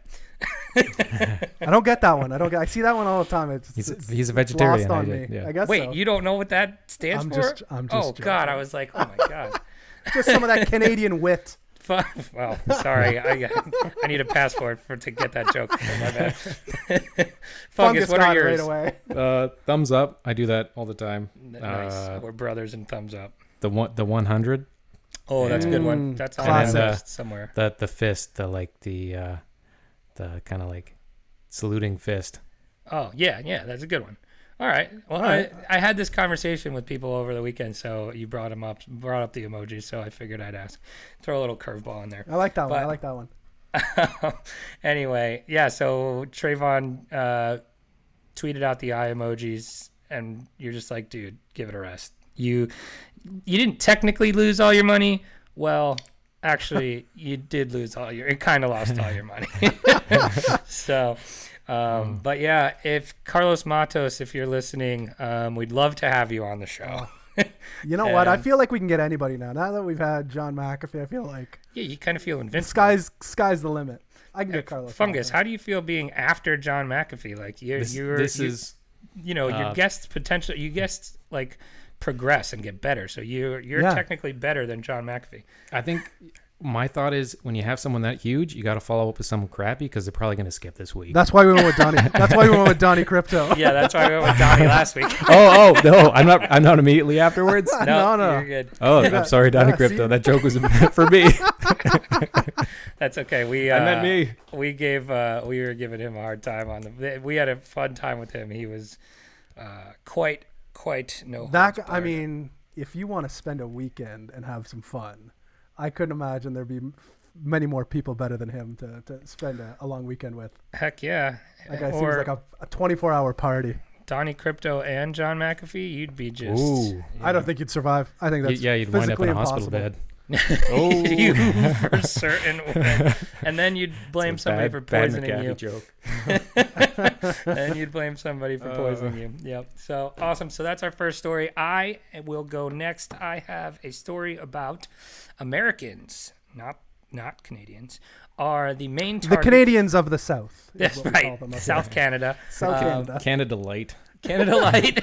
C: I don't get that one. I don't get. I see that one all the time. It's,
B: He's,
C: it's
B: he's a vegetarian.
C: lost on
B: I-
C: me.
B: yeah.
C: I guess.
A: Wait,
C: so.
A: you don't know what that stands
C: I'm
A: for?
C: just- I'm just
A: oh God,
C: joking.
A: I was like, oh my God.
C: just some of that Canadian wit.
A: Fu- well, sorry, I, I need a passport for to get that joke. My bad. Fungus,
C: Fungus
A: what
C: got
A: are
C: it
A: yours?
C: right away.
B: Uh, thumbs up. I do that all the time.
A: N- Nice.
B: Uh,
A: We're brothers and thumbs up.
B: the one, the one hundred,
A: Oh, that's a good one.
C: Mm,
A: That's
C: And
A: on my
B: then, uh,
A: list somewhere.
B: the the fist, the like the uh, the kind of like saluting fist.
A: Oh yeah, yeah, that's a good one. All right. Well,
C: right.
A: I, I had this conversation with people over the weekend, so you brought 'em up, brought up the emojis, so I figured I'd ask, throw a little curveball in there.
C: I like that one. I
A: But-
C: like that one.
A: anyway, yeah. So Trayvon uh, tweeted out the eye emojis, and you're just like, dude, give it a rest. You you didn't technically lose all your money. Well, actually, you did lose all your. It kind of lost all your money. so,
C: Hmm.
A: um, but yeah, if Carlos Matos, if you're listening, um, we'd love to have you on the show.
C: Oh. You know what? I
A: And-
C: feel like we can get anybody now. Now that we've had John McAfee, I feel like
A: Yeah, you kind of feel invincible.
C: sky's sky's the limit. I can get Carlos.
A: Fungus,
C: Santana.
A: how do you feel being after John McAfee? Like you,
B: This,
A: you're
B: this
A: you-
B: is
A: you know your
B: Uh,
A: guests potentially your guests like progress and get better so you're you're
C: Yeah.
A: technically better than john mcafee
B: I think my thought is when you have someone that huge, you got to follow up with someone crappy because they're probably going to skip this week.
C: That's why we went with Donnie. That's why we went with Donnie Crypto.
A: yeah that's why we went with donnie last week
B: oh, oh no, I'm not. I'm not immediately afterwards.
A: no
C: No, no.
A: you're good
B: Oh, I'm sorry, Donnie
A: Ah,
C: Yeah,
B: Crypto.
C: see?
B: That joke was for me.
A: that's okay we uh,
B: And then me.
A: we gave uh we were giving him a hard time on the we had a fun time with him he was uh quite quite no holds
C: That g- I
A: barred.
C: mean, if you want to spend a weekend and have some fun, I couldn't imagine there'd be m- many more people better than him to, to spend a, a long weekend with.
A: heck yeah
C: That guy
A: or
C: seems like a, a 24 hour party.
A: donnie crypto and john mcafee you'd be just
B: Ooh.
C: I don't think you'd survive. I think
B: Y-
C: that's
B: yeah, you'd wind up in
C: physically
B: a hospital
C: impossible.
B: bed. Oh,
A: you for certain would. and then you'd blame
B: It's a
A: somebody
B: bad-
A: for
B: bad
A: poisoning
B: McAfee
A: you
B: Joke.
A: and you'd blame somebody for poisoning
C: Uh.
A: you. Yep. So awesome. So that's our first story. I will go next. I have a story about Americans, not not Canadians, are the main
C: The
A: target.
C: Canadians of the South. is
A: That's
C: what we call
A: right.
C: them up
A: South uh,
C: here.
A: Canada.
C: South Canada.
B: Canada Light.
A: Canada Light.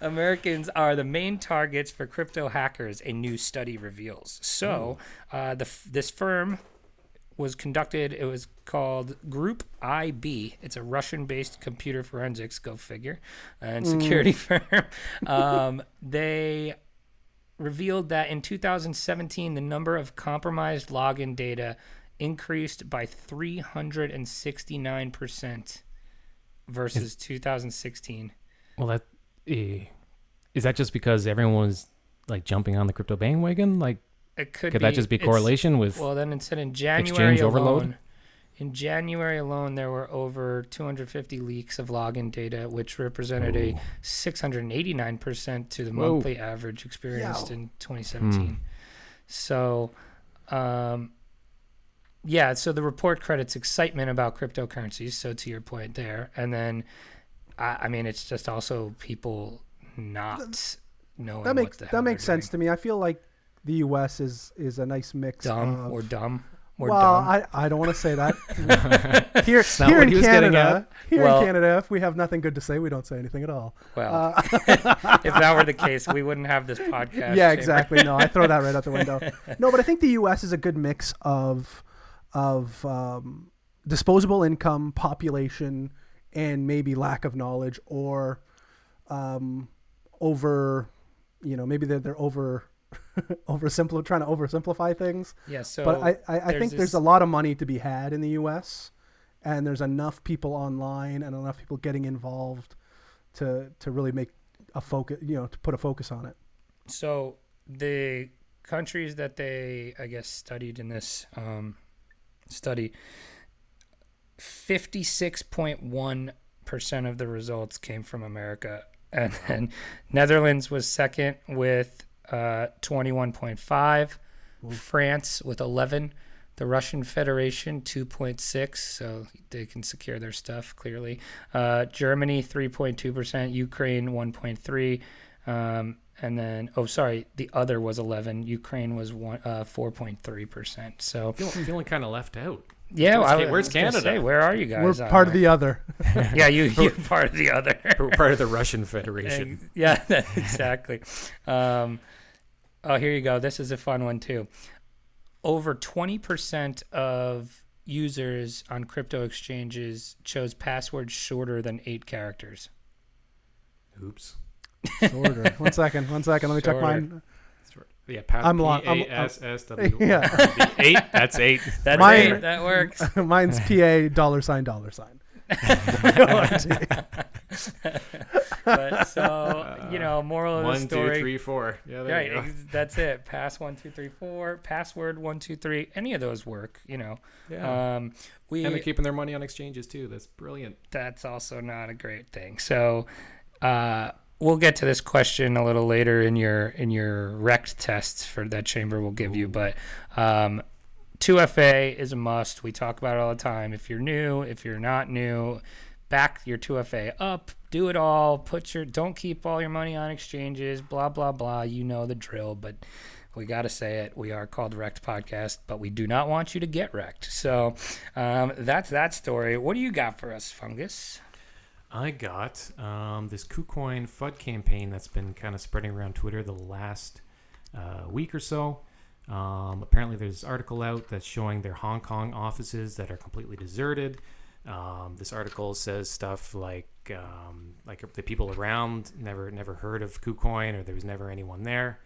A: Americans are the main targets for crypto hackers, a new study reveals. So, uh, the, f- this firm was conducted, it was called Group IB. It's a Russian based computer forensics, go figure, and security firm. Um, they revealed that in 2017, the number of compromised login data increased by 369% versus 2016.
B: Well, that eh, is that just because everyone was like jumping on the crypto bandwagon? Like,
A: It could,
B: could
A: be,
B: that just be
A: it's-
B: correlation with?
A: Well, then it said in January
B: Exchange
A: alone.
B: overload?
A: In January alone, there were over 250 leaks of login data, which represented a 689 percent to the
B: Whoa. Hmm.
A: monthly average experienced in 2017. So, um, yeah. So the report credits excitement about cryptocurrencies. So to your point there, and then, I, I mean, it's just also people not knowing
C: That
A: what
C: makes
A: the hell
C: that makes
A: they're
C: sense to me. I feel like the U.S. is is a nice mix.
A: doing. Dumb
C: of,
A: or dumb or
C: well,
A: dumb.
C: I, I don't want to say that. here
B: not
C: here
B: what
C: in
B: he was getting
C: Canada, here
A: Well-
C: in Canada, if we have nothing good to say, we don't say anything at all. Uh,
A: Well, if that were the case, we wouldn't have this podcast.
C: yeah,
A: Chamber.
C: exactly. No, I throw that right out the window. No, but I think the U.S. is a good mix of of um, disposable income, population, and maybe lack of knowledge or um, over, you know, maybe they're they're over oversimple trying to oversimplify things.
A: Yeah, so
C: but I, I, I
A: there's
C: think there's
A: this-
C: a lot of money to be had in the U.S. and there's enough people online and enough people getting involved to to really make a focus, you know, to put a focus on it.
A: so the countries that they, I guess, studied in this um, study, fifty-six point one percent of the results came from America, and then Netherlands was second with uh, twenty-one point five, France with eleven. The Russian Federation 2.6, so they can secure their stuff clearly. Uh, Germany 3.2%, Ukraine 1.3, um, and then oh sorry, the other was 11. Ukraine was one uh, 4.3%. So
B: feeling kind of left out.
A: Yeah,
B: Where's
A: I
B: Ca-
A: was
B: where's
A: gonna
B: Canada?
A: Say, where are you guys?
C: We're
A: on
C: part of
A: that?
C: the other.
A: yeah, you you part of the other.
B: We're part of the Russian Federation.
A: Ex- Yeah, that- exactly. um, oh, here you go. This is a fun one too. Over twenty percent of users on crypto exchanges chose passwords shorter than eight characters.
B: Oops.
C: Shorter. one second. One second. Let me
A: Shorter.
C: check mine.
B: Yeah, pa-
C: I'm lo- I'm- I'm-
B: P-A-S-S-W.
C: Yeah.
B: Eight. That's eight.
A: That's
C: My-
A: eight. That works.
C: Mine's PA dollar sign dollar sign.
A: But so you know, moral of the
B: One,
A: story.
B: two, three, four. Yeah, there
A: Right,
B: you go.
A: ex- that's it. Pass one two three four. Password one two three. Any of those work, you know.
B: Yeah.
A: Um, we
B: Uh, and they're keeping their money on exchanges too. That's brilliant.
A: that's also not a great thing. So uh, we'll get to this question a little later in your in your rect tests for that chamber will give you, but um, 2FA is a must. We talk about it all the time. If you're new, if you're not new, back your 2FA up. Do it all. Put your don't keep all your money on exchanges. Blah blah blah. You know the drill, but we got to say it. We are called Wrecked Podcast, but we do not want you to get wrecked. So um, that's that story. What do you got for us, Fungus?
B: I got um, this KuCoin FUD campaign that's been kind of spreading around Twitter the last uh, week or so. Um, apparently, there's this article out that's showing their Hong Kong offices that are completely deserted. Um, this article says stuff like um, like the people around never never heard of KuCoin or there was never anyone there.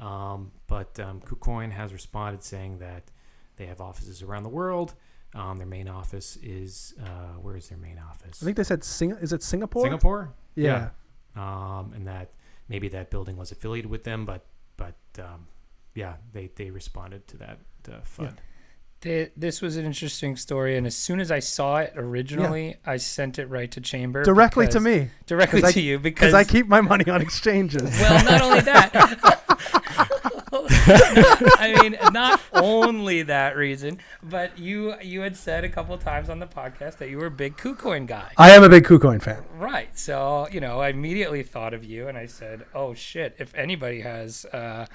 B: Um, but um, KuCoin has responded saying that they have offices around the world. Um, their main office is uh, where is their main office?
C: I think they said Sing- is it Singapore?
B: Singapore.
C: Yeah.
B: Um, and that maybe that building was affiliated with them, but but um, yeah, they they responded to that uh, fund.
A: Th- This was an interesting story, and as soon as I saw it originally, I sent it right to Chamber
C: Directly to
A: because-
C: me
A: directly
C: 'Cause I-
A: to you because
C: because I keep my money on exchanges.
A: Well, not only that. I mean, not only that reason, but you you had said a couple times on the podcast that you were a big KuCoin guy.
C: I am a big KuCoin fan.
A: Right. So, you know, I immediately thought of you and I said, oh shit, if anybody has uh,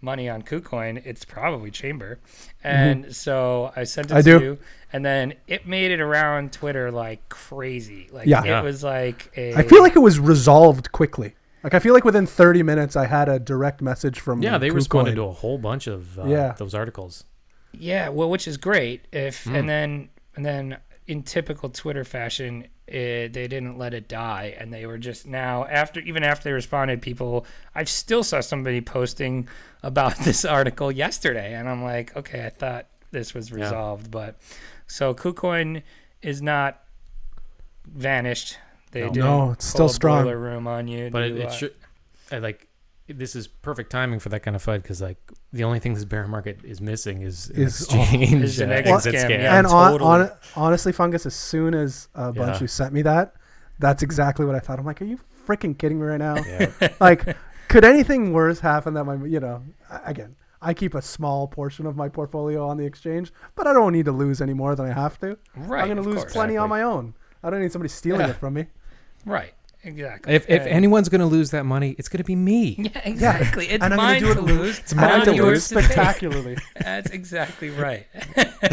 A: money on KuCoin, it's probably Chamber. And so I sent it
C: Mm-hmm. I
A: to
C: do.
A: you. And then it made it around Twitter like crazy. Like,
C: Yeah.
A: it
B: Yeah.
A: was like a.
C: I feel like it was resolved quickly. Like I feel like within 30 minutes, I had a direct message from
B: Yeah, they
C: KuCoin.
B: responded to a whole bunch of uh,
C: Yeah.
B: those articles.
A: Yeah, well, which is great. If
B: Hmm.
A: and then and then in typical Twitter fashion, eh, they didn't let it die, and they were just now after even after they responded, people. I still saw somebody posting about this article yesterday, and I'm like, okay, I thought this was resolved, but so KuCoin is not vanished. They
B: No.
A: didn't
C: No, it's still
A: pull a
C: strong.
A: boiler room on you.
B: But
A: do,
B: it,
A: uh,
B: it should I, like this is perfect timing for that kind of fud because like the only thing this bear market is missing is an
C: Is-
B: exchange
A: is an
B: uh,
A: exit
B: exit
A: scam,
B: scam.
A: yeah.
C: and on,
A: totally.
C: on, honestly, Fungus, as soon as uh, Bunch
B: Yeah.
C: you sent me that, that's exactly what I thought. I'm like, are you freaking kidding me right now?
B: Yeah.
C: like, could anything worse happen that my, you know, I- again, I keep a small portion of my portfolio on the exchange, but I don't need to lose any more than I have to.
A: right,
C: I'm going to
A: of
C: lose
A: course.
C: plenty on
B: Exactly.
C: my own. I don't need somebody stealing
B: Yeah.
C: it from me.
A: Right, exactly.
B: If if
A: And-
B: anyone's gonna lose that money, it's gonna be me.
A: Yeah, exactly. It's
C: And I'm
A: mine
C: gonna do it
A: to lose.
B: It's
C: And I
B: mine
A: not
B: to
C: delivered
A: yours
B: lose.
A: to take.
C: spectacularly.
A: That's exactly right.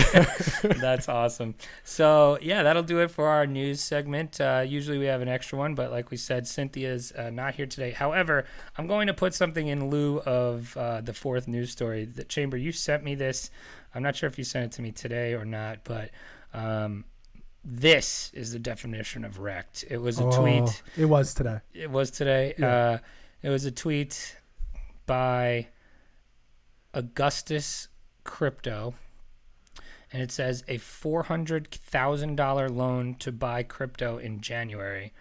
A: That's awesome. So, yeah, that'll do it for our news segment. Uh, usually we have an extra one, but like we said, Cynthia's uh, not here today. However, I'm going to put something in lieu of uh, the fourth news story. The Chamber, you sent me this. I'm not sure if you sent it to me today or not, but um, this is the definition of wrecked. It was a tweet
C: Oh, it was today.
A: it was today. Uh, it was a tweet by Augustus Crypto, and it says a four hundred thousand dollar loan to buy crypto in January,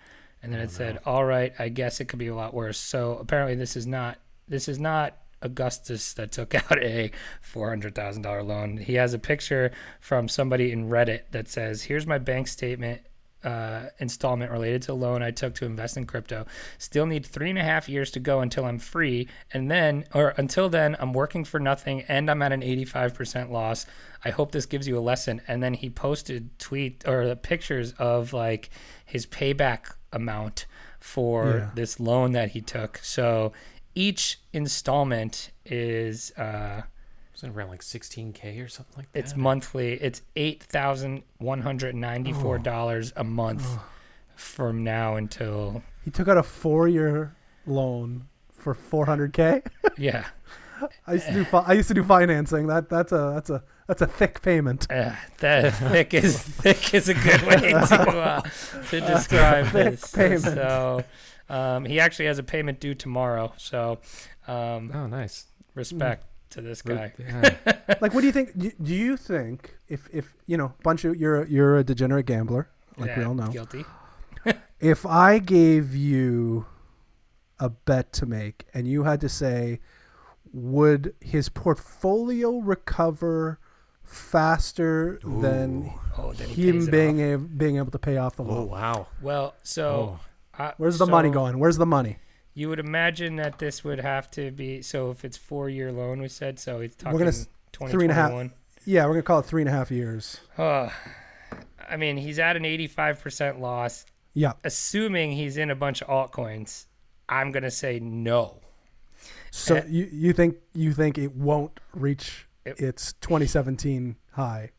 A: and then it said, "All right, I guess it could be a lot worse." So apparently, this is not this is not Augustus that took out a four hundred thousand dollar loan. He has a picture from somebody in Reddit that says, "Here's my bank statement." uh, installment related to a loan I took to invest in crypto. Still need three and a half years to go until I'm free. And then, or until then, I'm working for nothing and I'm at an 85% loss. I hope this gives you a lesson. And then he posted tweet or the pictures of like his payback amount for
C: Yeah.
A: this loan that he took. So each installment is, uh,
B: was it around like 16k or something like that?
A: It's monthly. It's eight thousand one hundred
C: Oh.
A: ninety-four dollars a month from now until
C: He took out a four-year loan for 400k.
A: yeah.
C: I used to do fi- I used to do financing. That that's a that's a that's a thick payment.
A: Uh, that thick is thick is a good way to uh, to describe
C: Thick
A: this.
C: payment.
A: So um, he actually has a payment due tomorrow. So um,
B: Oh, nice.
A: respect
C: Mm.
A: to this guy.
B: Yeah.
C: like, what do you think? Do do you think if if you know, bunch of you're a- you're a degenerate gambler, like we
A: Yeah,
C: all know.
A: Guilty.
C: If I gave you a bet to make and you had to say, would his portfolio recover faster than
A: Oh, then he pays
C: him
A: it
C: being
A: off.
C: a, being able to pay off the
B: oh,
C: loan?
B: wow.
A: Well, so uh,
C: Oh. Where's the money
A: so
C: going? Where's the money?
A: You would imagine that this would have to be so if it's four year loan. We said so. It's talking
C: We're gonna s- three and a half-
A: 2021.
C: Yeah, we're gonna call it three and a half years.
A: Uh, I mean, he's at an 85% loss.
C: Yeah.
A: Assuming he's in a bunch of altcoins, I'm going to say no.
C: So
A: Eh.
C: you you think you think it won't reach
A: It-
C: its 2017 high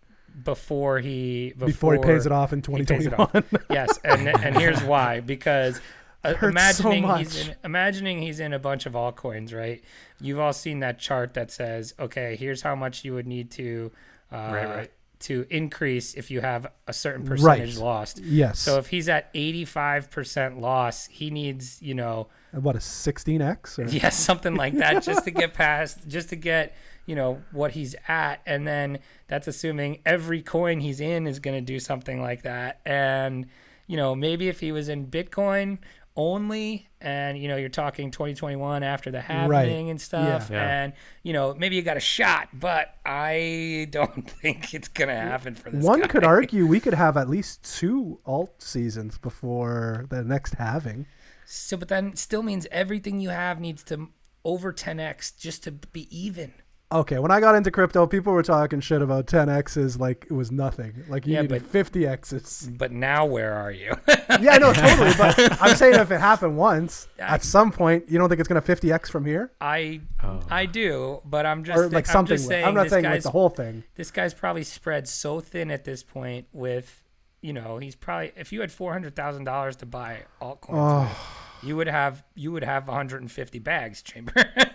A: Before he before,
C: before, he pays it off in
A: he pays it
C: 2021?
A: off. yes, and and here's why because uh,
C: hurts so
A: imagining
C: much.
A: he's in, imagining he's in a bunch of altcoins, right? You've all seen that chart that says, okay, here's how much you would need to uh,
B: right.
A: to increase if you have a certain percentage
C: Right.
A: lost.
C: Yes.
A: So if he's at 85% loss, he needs, you know,
C: And what a 16x? Or?
A: yeah, something like that, just to get past, just to get, you know, what he's at. And then that's assuming every coin he's in is going to do something like that. And, you know, maybe if he was in Bitcoin only, and, you know, you're talking 2021 after the happening and stuff.
B: Yeah. Yeah.
A: And, you know, maybe you got a shot, but I don't think it's going to happen for this
C: One
A: guy.
C: could argue we could have at least two alt seasons before the next halving.
A: So, but then still means everything you have needs to over 10x just to be even.
C: Okay, when I got into crypto, people were talking shit about 10x's like it was nothing. Like you
A: Yeah,
C: needed 50x's.
A: But now where are you?
C: yeah, no, totally. But I'm saying if it happened once,
A: I-
C: at some point, you don't think it's gonna 50x from here,
A: I
B: Oh.
A: I do, but I'm just
C: or like
A: I'm
C: something.
A: Just
C: with-
A: saying
C: I'm not
A: this
C: saying like
A: guy's
C: the whole thing.
A: this guy's probably spread so thin at this point. With you know, he's probably if you had four hundred thousand dollars to buy altcoins,
C: Oh.
A: you would have you would have one hundred and fifty bags, chamber.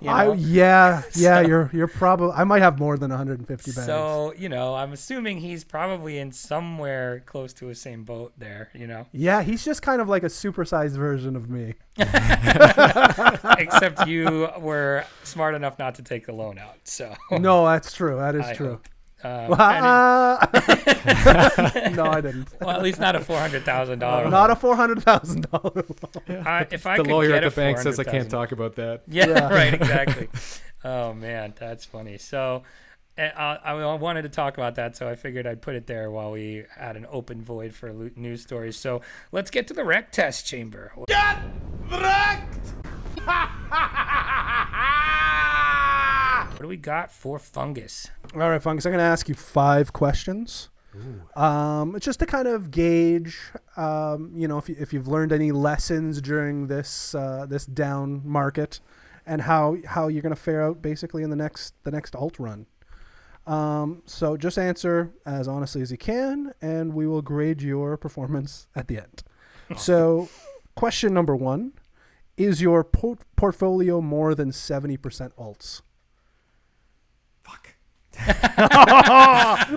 A: you
C: I,
A: know?
C: yeah, yeah, you're you're probably. I might have more than 150 bags.
A: so you know, I'm assuming he's probably in somewhere close to the same boat there. You know,
C: yeah, he's just kind of like a supersized version of me.
A: except you were smart enough not to take the loan out. So
C: No, that's true. That is
A: Oh. I
C: true.
A: hope. Um, I
C: Ah. no, I didn't.
A: didn't- well, at least not a four hundred thousand dollar.
C: Not a four hundred thousand dollar.
A: I, if I
B: the
A: could
B: lawyer
A: get
B: at
A: a
B: the bank says I can't
A: $400,000
B: talk about that.
A: Yeah,
C: Yeah.
A: right. Exactly. oh man, that's funny. So, uh, I, I wanted to talk about that, so I figured I'd put it there while we had an open void for lo- news stories. So let's get to the rec test chamber. What do we got for fungus?
C: All right, Fungus. I'm going to ask you five questions. Um, just to kind of gauge, um, you know, if, you, if you've learned any lessons during this uh, this down market, and how how you're going to fare out basically in the next the next alt run. Um, so just answer as honestly as you can, and we will grade your performance at the end. so, question number one: Is your por- portfolio more than seventy percent alts?
B: Fuck.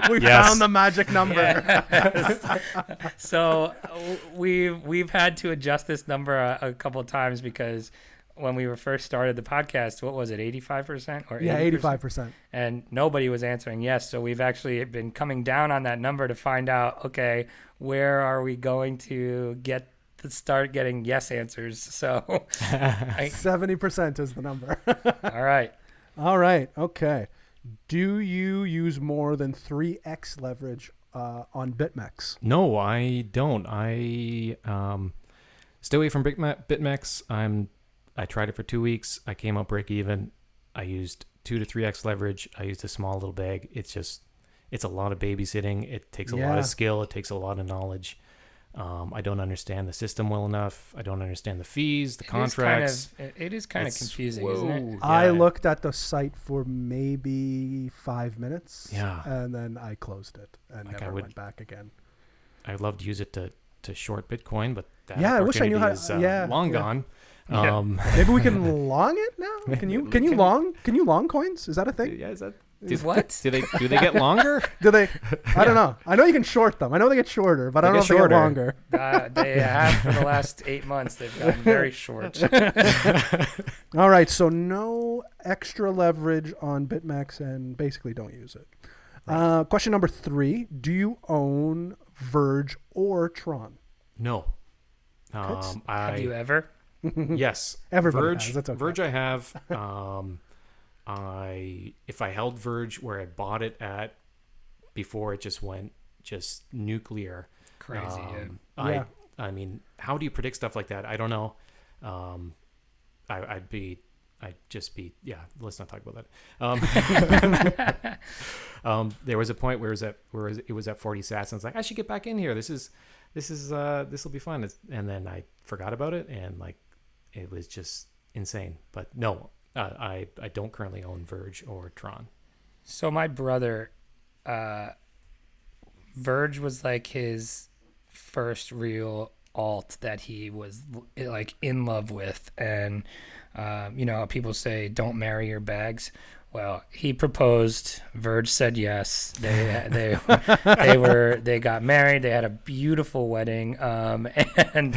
C: we
B: Yes.
C: found the magic number.
A: So uh, we've we've had to adjust this number a, a couple of times because when we were first started the podcast, what was it, eighty five percent or
C: Yeah,
A: 80%?
C: eighty-five percent.
A: and nobody was answering yes. So we've actually been coming down on that number to find out, okay, where are we going to get to start getting yes answers? So, I,
C: Seventy percent is the number.
A: all right.
C: All right. Okay. Do you use more than three x leverage uh, on BitMEX?
B: No, I don't. I um, stay away from Bitma- Bitmax. I'm. I tried it for two weeks. I came out break even. I used two to three x leverage. I used a small little bag. It's just, it's a lot of babysitting. It takes a lot
C: Yeah.
B: of skill. It takes a lot of knowledge. Um, I don't understand the system well enough. I don't understand the fees, the
A: It is kind of-
B: contracts.
A: it- it is kind of
B: It's-
A: confusing, isn't
B: whoa,
A: it?
C: I
B: yeah.
C: looked at the site for maybe five minutes.
B: Yeah.
C: And then I closed it and
B: Like, I
C: never
B: would-
C: went back again.
B: I'd love to use it to to short Bitcoin, but that
C: Yeah, I wish I knew
B: opportunity
C: how-
B: is, uh,
C: yeah,
B: long
C: yeah.
B: gone.
A: Yeah.
B: Um,
C: Maybe we can long it now. Can you can you
B: Can-
C: long can you long coins? Is that a thing?
B: yeah, is that
A: What?
B: do they do they get longer?
C: Do they? I don't know. I know you can short them. I know they get shorter, but
B: They
C: I don't know
B: get
C: if they get
B: shorter.
C: longer.
A: uh, they have for the last eight months. They've gotten very short.
C: All right, so no extra leverage on Bitmax, and basically don't use it. Uh, question number three: Do you own Verge or Tron?
B: no. Um, I,
A: Have you ever?
B: yes.
C: Everybody
B: Verge,
C: has, that's okay.
B: Verge I have. Um, I if I held Verge where I bought it at before it just went just nuclear.
A: Crazy. yeah.
B: Um, I
C: Yeah.
B: I mean, how do you predict stuff like that? I don't know. Um, I, I'd be I'd just be yeah. Let's not talk about that. Um, um, there was a point where it was at where it was at forty sats, and I was like, I should get back in here. This is this is uh, this will be fun. It's, and then I forgot about it, and like it was just insane. But no, uh, I I don't currently own Verge or Tron.
A: So my brother, uh, Verge was like his first real alt that he was like in love with, and um, you know people say don't marry your bags. Well, he proposed. Verge said yes. They they they were they got married. They had a beautiful wedding, um, and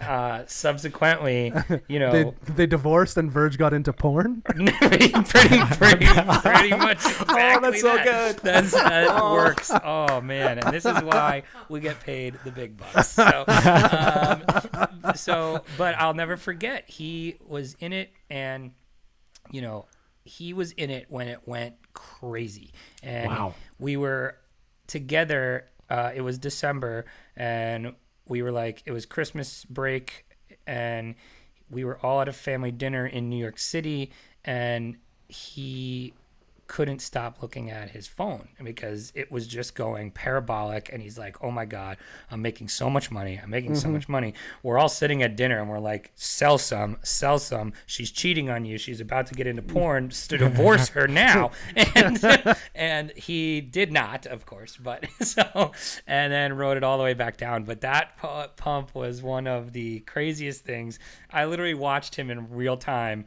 A: uh, subsequently, you know,
C: They they divorced, and Verge got into porn.
A: pretty, pretty, pretty, pretty much exactly
B: Oh, that's so
A: that.
B: good.
A: That's, that works. Oh man, and this is why we get paid the big bucks. So, um, so, but I'll never forget. He was in it, and you know, he was in it when it went crazy. And
B: Wow.
A: we were together. Uh, it was December, and we were like, it was Christmas break, and we were all at a family dinner in New York City, and he couldn't stop looking at his phone because it was just going parabolic and he's like oh my god i'm making so much money i'm making so much money we're all sitting at dinner and we're like sell some sell some she's cheating on you she's about to get into porn to divorce her now and and he did not of course but so and then rode it all the way back down but that pu- pump was one of the craziest things i literally watched him in real time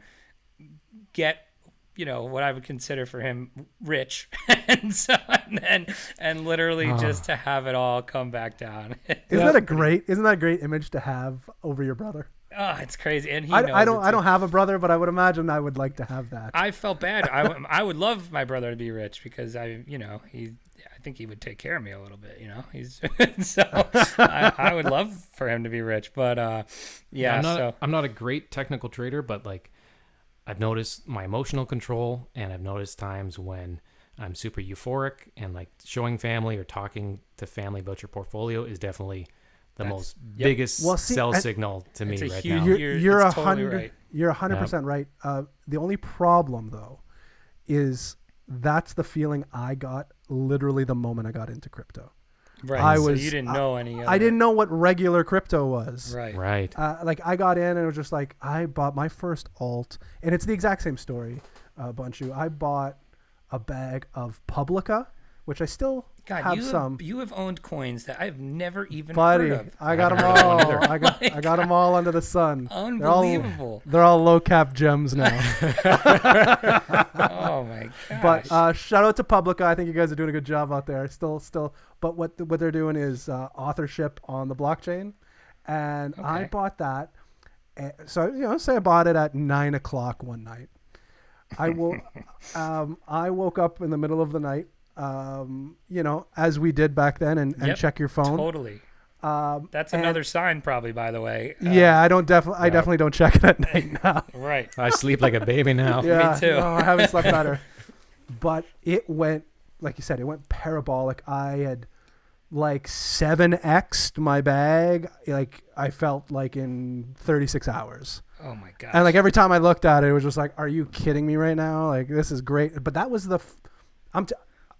A: get you know what I would consider for him rich, and so and then and literally just to have it all come back down.
C: Ah. Isn't that a great? Isn't that a great image to have over your brother?
A: oh, it's crazy, and he
C: I,
A: knows
C: I don't
A: it
C: I
A: too.
C: don't have a brother, but I would imagine I would like to have that.
A: I felt bad. I, w- I would love my brother to be rich because I, you know, he, I think he would take care of me a little bit, you know. He's so I, I would love for him to be rich, but uh, yeah.
B: I'm not,
A: so
B: I'm not a great technical trader, but like I've noticed my emotional control and I've noticed times when I'm super euphoric and like showing family or talking to family about your portfolio is definitely the
A: That's-
B: most
A: yep.
B: biggest
C: Well, see,
B: sell
C: I-
B: signal to me
A: It's a
B: right
A: huge-
B: now.
C: you're
A: You're-
C: you're a
A: it's totally
C: hundred
A: right.
C: you're a hundred
B: Yeah.
C: percent right. Uh, the only problem though is that's the feeling I got literally the moment I got into crypto.
A: right,
C: I
A: so
C: was-
A: you didn't
C: I-
A: know any. Other,
C: I didn't know what regular crypto was.
A: Right.
B: Right.
C: Uh, like I got in and it was just like I bought my first alt, and it's the exact same story, uh, Bunchu. I bought a bag of Publica, which I still
A: God,
C: have
A: you
C: some.
A: have, you have owned coins that I've never even
C: Buddy,
A: heard of.
C: I got them
B: heard of one
C: all. I got I got them all under the sun. They're all-
A: Unbelievable.
C: They're all low cap gems now.
A: oh my god.
C: but uh, shout out to Publica. I think you guys are doing a good job out there. Still, still. But what what they're doing is uh, authorship on the blockchain, and I
A: Okay.
C: bought that. And so you know, say I bought it at nine o'clock one night. I will. um, I woke up in the middle of the night. Um, you know, as we did back then, and, and
A: Yep,
C: check your phone.
A: Totally.
C: Um,
A: That's
C: and-
A: another sign, probably. By the way. Uh,
C: yeah, I don't definitely. I definitely don't check it at night now.
A: Right.
B: I sleep like a baby now.
C: yeah,
A: Oh, too.
C: no, I haven't slept better. But it went, like you said, it went parabolic. I had like seven xed my bag. Like I felt like in 36 hours,
A: Oh my god.
C: and like every time I looked at it, it was just like, "Are you kidding me right now? Like this is great." But that was the, f- I'm, t-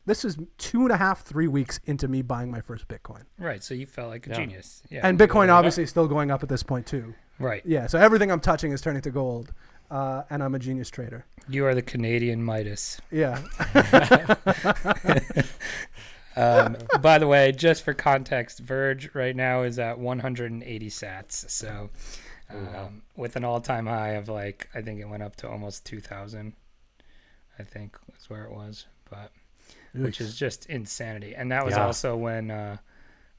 C: This is two and a half, three weeks into me buying my first Bitcoin,
A: Right. So you felt like a
B: Yeah.
A: genius. Yeah.
C: and Bitcoin obviously is still going up at this point too.
A: Right.
C: Yeah, so everything I'm touching is turning to gold, uh, and I'm a genius trader.
A: You are the Canadian Midas.
C: Yeah,
A: Um, by the way, just for context, Verge right now is at 180 sats. So, um, with an all-time high of like, I think it went up to almost 2,000. I think was where it was, but which is just insanity. And that was
B: Yeah.
A: also when uh,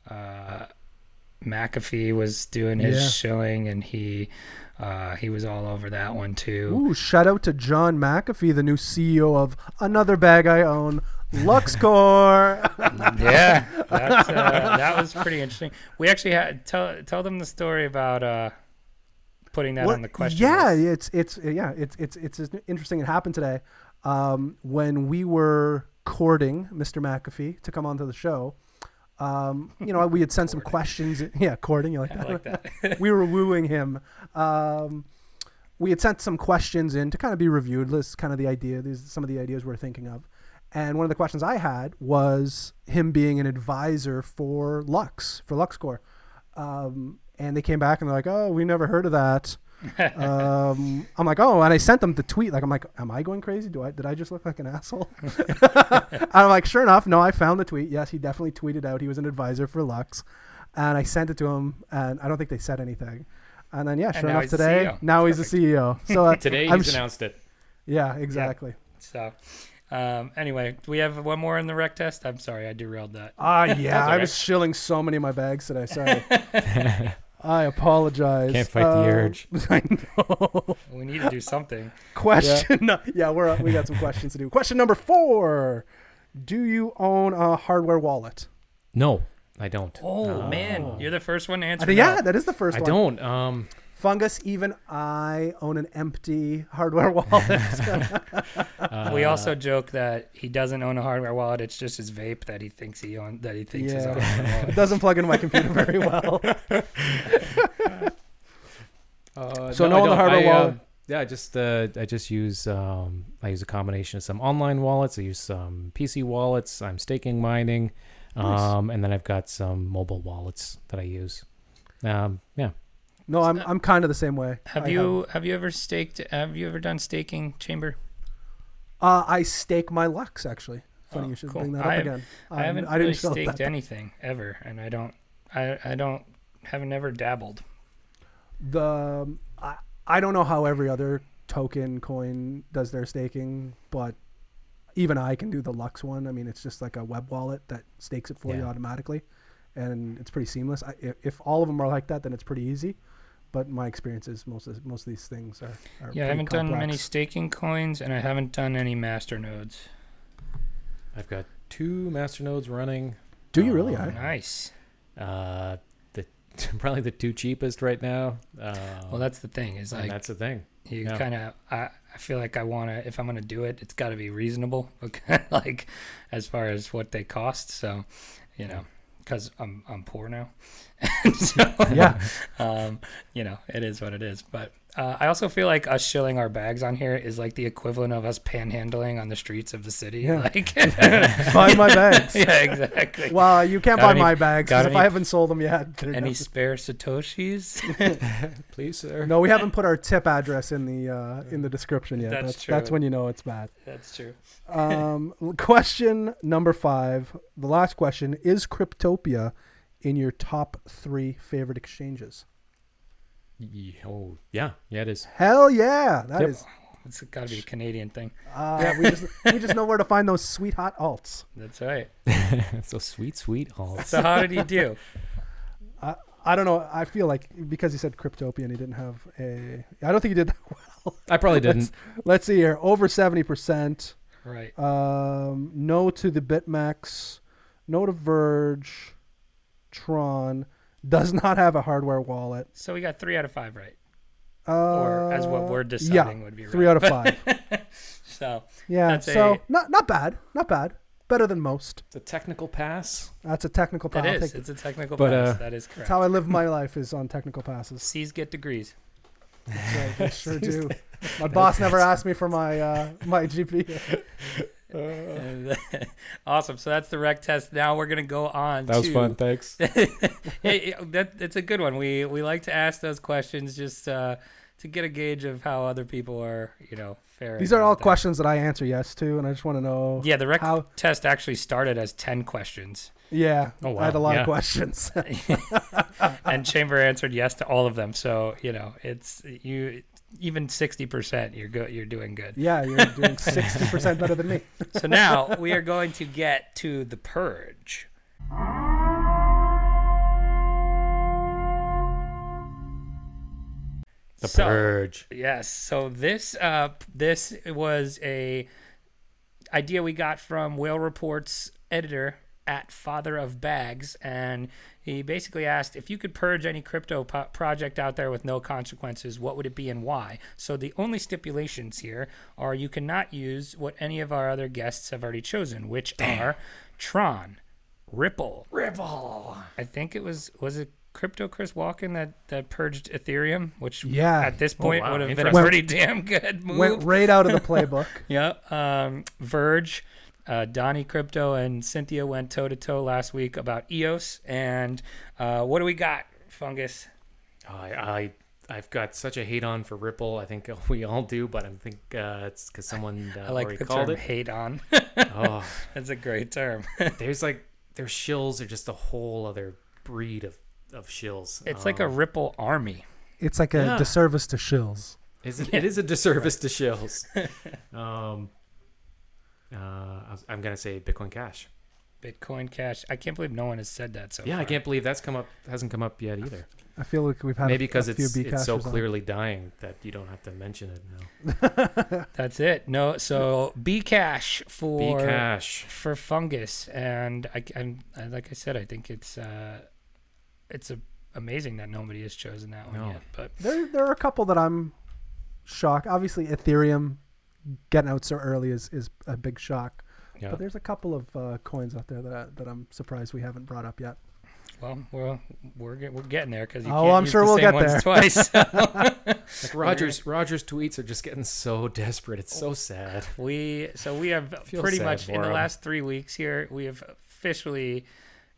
A: uh, McAfee was doing his
C: Yeah.
A: shilling, and he uh, he was all over that one too.
C: Ooh, shout out to John McAfee, the new CEO of another bag I own, LuxCore.
A: yeah, that's, uh, that was pretty interesting. We actually had tell tell them the story about uh, putting that
C: What-
A: on the question.
C: Yeah,
A: list.
C: it's it's yeah, it's it's it's just interesting. It happened today um, when we were courting Mr. McAfee to come onto the show. Um, you know, we had sent some questions. Yeah, courting. You like
A: I
C: that?
A: like that.
C: we were wooing him. Um, we had sent some questions in to kind of be reviewed. This kind of the idea. These some of the ideas we're thinking of. And one of the questions I had was him being an advisor for Lux for LuxCore. Um, and they came back and they're like, "Oh, we never heard of that." um, I'm like, "Oh," and I sent them the tweet. Like, I'm like, "Am I going crazy? Do I did I just look like an asshole?" and I'm like, "Sure enough, no, I found the tweet. Yes, he definitely tweeted out he was an advisor for Lux." And I sent it to him, and I don't think they said anything. And then yeah, sure
A: now
C: enough,
A: he's the
C: today
A: CEO.
C: now he's the CEO. So uh,
B: Today
C: I'm
B: he's
C: sh-
B: announced it.
C: yeah, exactly.
A: So, um, anyway, do we have one more in the rec test? I'm sorry, I derailed that.
C: Ah, yeah.
B: all
C: I
B: right.
C: was shilling so many of my bags today. Sorry. I apologize.
B: Can't fight
C: uh,
B: the urge.
C: I know.
A: We need to do something.
C: Question. Yeah, we're up. we got some questions to do. Question number four: Do you own a hardware wallet?
B: No, I don't.
A: Oh
B: Uh,
A: man, you're the first one to
C: I
A: answer.
C: think-
A: no.
C: yeah, that is the first
B: I
C: one.
B: don't. Um,
C: Fungus. Even I own an empty hardware wallet.
B: uh,
A: we also joke that he doesn't own a hardware wallet. It's just his vape that he thinks he own that he thinks is
C: Yeah.
A: on. Hardware
C: it doesn't plug into my computer very well.
B: Uh,
C: So
B: I
C: no on the
B: don't.
C: hardware
B: I, uh,
C: wallet?
B: yeah, I just uh, I just use um, I use a combination of some online wallets. I use some PC wallets. I'm staking mining,
C: Nice.
B: um, and then I've got some mobile wallets that I use. Um, yeah,
C: No, I'm I'm kind of the same way.
A: have
C: I
A: you have you ever staked? Have you ever done staking chamber?
C: Uh, I stake my Lux actually. Funny
A: Oh,
C: you should
A: cool.
C: bring that up
A: I-
C: again.
A: I
C: Um,
A: haven't
C: I
A: really
C: didn't know
A: staked
C: that.
A: anything ever, and I don't. I I don't haven't ever dabbled.
C: The um, I, I don't know how every other token coin does their staking, but even I can do the Lux one. I mean, it's just like a web wallet that stakes it for you
B: Yeah.
C: automatically, and it's pretty seamless. I, if, if all of them are like that, then it's pretty easy. But my experience is most of, most of these things are. are
A: Yeah, I
C: pretty
A: haven't done many
C: complex.
A: staking coins, and I haven't done any master nodes.
B: I've got two masternodes running.
C: Do you really?
B: Oh,
C: I?
A: Nice.
B: Uh, the probably the two cheapest right now. Uh,
A: Well, that's the thing. Is
B: and
A: like
B: that's the thing.
A: you
B: Yeah.
A: kind of I, I feel like i want to if i'm going to do it it's got to be reasonable okay, like as far as what they cost so you know because I'm, I'm poor now And so,
C: Yeah.
A: um, you know it is what it is but uh, i also feel like us shilling our bags on here is like the equivalent of us panhandling on the streets of the city
C: Yeah.
A: like
C: Buy my bags.
A: yeah exactly
C: Well, you can't
A: Got
C: buy
A: any-
C: my bags 'cause
A: got
C: if
A: any-
C: I haven't sold them yet. they're
A: any
C: not-
A: spare satoshis
B: Please, sir.
C: No, we haven't put our tip address in the uh, in the description yet.
A: That's
C: That's that's,
A: true.
C: when you know it's bad.
A: that's true
C: Um, l- question number five, the last question is Cryptopia in your top three favorite exchanges?
B: Ye- Oh, yeah, yeah, it is.
C: Hell yeah, that
B: Yep.
C: is.
A: it's got to be a canadian thing
C: Uh, we just we just know where to find those sweet hot alts.
A: that's right
B: so sweet, sweet. Oh,
A: so how did he do
C: I I don't know. I feel like because he said Cryptopia and he didn't have a. I don't think he did that well.
B: I probably didn't.
C: Let's see here. Over seventy percent.
A: right
C: Um, no to the Bitmax, no to Verge, Tron does not have a hardware wallet.
A: So we got three out of five right,
C: Uh,
A: or as what we're deciding would be
C: yeah,
A: right.
C: three out of five.
A: So
C: yeah,
A: That's
C: so
A: a-
C: not not bad, not bad, better than most.
B: It's a technical pass.
C: That's a technical pass.
A: that
C: I'll
A: is
C: take it.
A: it's a technical
B: But,
A: pass.
B: uh,
A: that is
C: That's
A: correct.
C: how I live my life is on technical passes.
A: C's get degrees.
C: That's right, I sure do. My boss never asked me for my uh, my GP.
A: awesome. So that's the rec test. Now we're gonna go on.
D: That was
A: to-
D: fun. Thanks.
A: hey, that that's a good one. We we like to ask those questions just uh, to get a gauge of how other people are, you know, faring.
C: These are all
A: with that.
C: questions that I answer yes to, and I just want to know.
A: Yeah, the rec
C: how-
A: test actually started as ten questions,
C: Yeah.
B: Oh, wow.
C: I had a lot
B: Yeah.
C: of questions. Uh,
A: and Chamber answered yes to all of them. So you know, it's you even sixty percent, you're good. You're doing good.
C: yeah, you're doing 60% better than me.
A: So now we are going to get to the purge.
B: The
A: So-
B: purge.
A: Yes. So this uh p- this was a idea we got from Whale Reports editor at Father of Bags, and he basically asked if you could purge any crypto po- project out there with no consequences, what would it be and why? So the only stipulations here are you cannot use what any of our other guests have already chosen, which are Tron, Ripple.
B: Ripple.
A: I think it was was it Crypto Chris Walken that that purged Ethereum, which
C: Yeah.
A: at this point
B: Oh, wow.
A: would have been a
B: Interesting.
A: pretty damn good move.
C: Went right out of the playbook.
A: Yep. Um, Verge, uh, Donnie Crypto, and Cynthia went toe to toe last week about EOS. And uh, what do we got, Fungus?
B: I, I I've got such a hate on for Ripple. I think we all do, but I think uh, it's because someone uh,
A: I like
B: already
A: the
B: called
A: term
B: it.
A: hate on.
B: Oh,
A: That's a great term.
B: there's like their shills are just a whole other breed of of shills.
A: It's like a
B: Um,
A: Ripple army.
C: It's like a
B: Yeah.
C: disservice to shills.
B: Is it, it is a disservice to shills. Um, uh, I was- I'm gonna say Bitcoin Cash.
A: Bitcoin Cash. I can't believe no one has said that so
B: Yeah, I
A: far.
B: can't believe that's come up hasn't come up yet either.
C: I feel like we've had
B: Maybe
C: a,
B: because
C: a few
B: it's it's so
C: Bcashers on.
B: clearly dying that you don't have to mention it now.
A: That's it. No, so B Cash for.
B: B Cash.
A: for fungus and I, am I, like i said i think it's uh it's a, amazing that nobody has chosen that one
B: No.
A: yet but
C: There, there are a couple that I'm shocked. Obviously, Ethereum getting out so early is, is a big shock.
B: Yeah.
C: But there's a couple of uh, coins out there that, I, that I'm surprised we haven't brought up yet.
A: well we're we're, get, we're getting there because you
C: Oh,
A: can't
C: I'm
A: use
C: sure
A: the
C: we'll
A: same
C: get
A: ones
C: there.
A: twice
B: Like Rogers Rogers tweets are just getting so desperate. It's
A: Oh.
B: so sad.
A: we so we have
B: Feel
A: pretty
B: sad
A: much in
B: for
A: the
B: 'em.
A: last three weeks here we have officially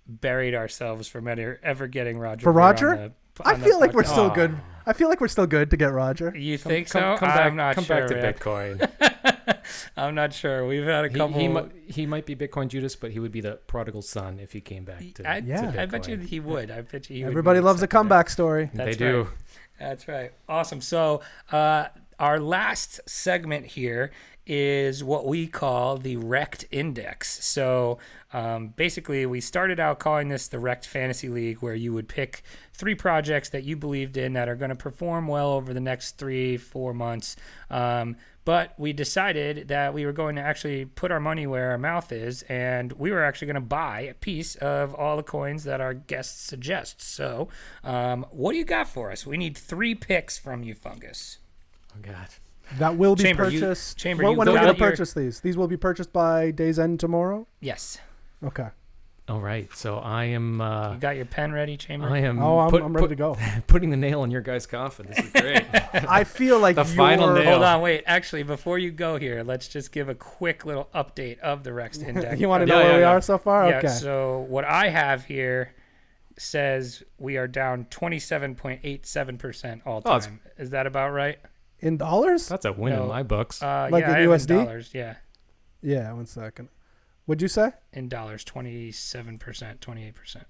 A: buried ourselves from ever, ever getting roger
C: For
A: Ver on
C: Roger?
A: the-
C: I
A: on the
C: feel like we're
A: podcast.
C: still
B: Aw.
C: good. I feel like we're still good to get Roger.
A: you think so
B: come, Come back,
A: i'm not
B: come
A: sure
B: back to
A: man.
B: Bitcoin.
A: i'm not sure we've had a
B: he,
A: couple
B: he, might, he might be Bitcoin Judas, but he would be the prodigal son if he came back to.
A: I,
B: to
C: Yeah.
A: I bet you
B: Bitcoin.
A: he would. I bet you he would
C: Everybody
A: be
C: loves a
A: accepted there.
C: comeback story.
B: They
A: That's
B: do.
A: That's right. Awesome. So, uh, our last segment here is what we call the wrecked index. So, um, basically, we started out calling this the wrecked fantasy league, where you would pick three projects that you believed in that are going to perform well over the next three, four months. Um, but we decided that we were going to actually put our money where our mouth is, and we were actually going to buy a piece of all the coins that our guests suggest. So, um, what do you got for us? We need three picks from you, Fungus.
B: Oh God.
C: That will be
A: Chamber, you-
C: purchased.
A: Chamber,
C: When-
A: you
C: when are we
A: got
C: going to
A: your-
C: purchase these? These will be purchased by day's end tomorrow.
A: Yes,
C: Okay.
B: All right. So I am. Uh,
A: you got your pen ready, Chamber.
B: I am.
C: Oh, I'm,
B: Mm, put-
C: I'm ready
B: put-
C: to go.
B: Putting the nail in your guy's coffin. This is great.
C: I feel like
B: The final
C: you're-
B: nail.
A: Hold on, wait. Actually, before you go here, let's just give a quick little update of the Rex Index.
C: You want to
B: Yeah,
C: know where
B: yeah,
C: we
B: yeah.
C: are so far?
A: Yeah,
C: okay.
A: so what I have here says we are down 27.87% all
B: Oh, it's-
A: time. Is that about right?
C: in dollars?
B: That's a win
A: No.
B: in my books.
A: Uh,
C: Like
A: yeah,
C: in
A: I have
C: USD?
A: in dollars, yeah.
C: Yeah. One second. What'd you say?
A: In dollars, 27%, 28%.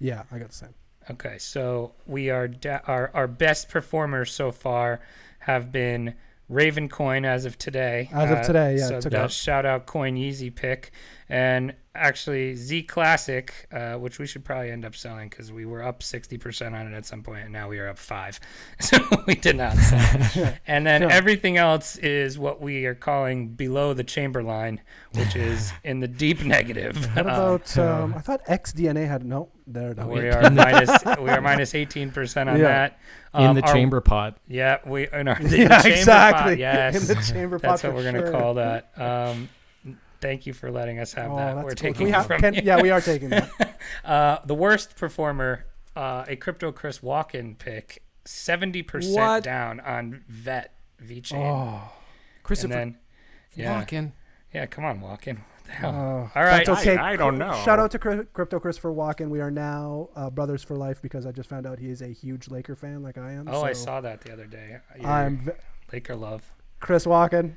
C: Yeah, I got the same.
A: Okay, so we are da- our our best performers so far have been Raven Coin as of today. Uh,
C: As of today, yeah,
A: So
C: it took
A: that
C: off.
A: shout out Coin Yeezy pick, and actually Z Classic, uh, which we should probably end up selling because we were up sixty percent on it at some point, and now we are up five, so we did not sell. and then
C: Sure.
A: everything else is what we are calling below the chamber line, which is in the deep negative. Um,
C: What about? Um, I thought XDNA had no. There, no.
A: we are minus we are minus eighteen percent on
C: Yeah.
A: that.
B: in the
A: our-
B: chamber pot.
A: Yeah, we in our the
C: yeah,
A: chamber
C: exactly.
A: pot, yes,
C: In the chamber pot.
A: that's what
C: for
A: we're
C: sure.
A: gonna call that. Um, thank you for letting us have
C: Oh,
A: that.
C: that's
A: We're
C: cool.
A: taking
C: we
A: it
C: have,
A: from
C: can,
A: you.
C: Yeah, we are taking that.
A: Uh, the worst performer, uh, a crypto Chris Walken pick, seventy percent down on Vet V chain,
C: oh,
A: and
B: Christopher
A: then yeah,
B: Walken.
A: Yeah, come on, Walken. What the hell?
C: Oh,
A: All right.
C: that's okay.
D: I- I don't know.
C: Shout out to Cri- Crypto Christopher Walken. We are now uh, brothers for life because I just found out he is a huge Laker fan, like I am.
A: oh, I
C: so
A: saw that the other day. Your
C: I'm v-
A: Laker love.
C: Chris Walken.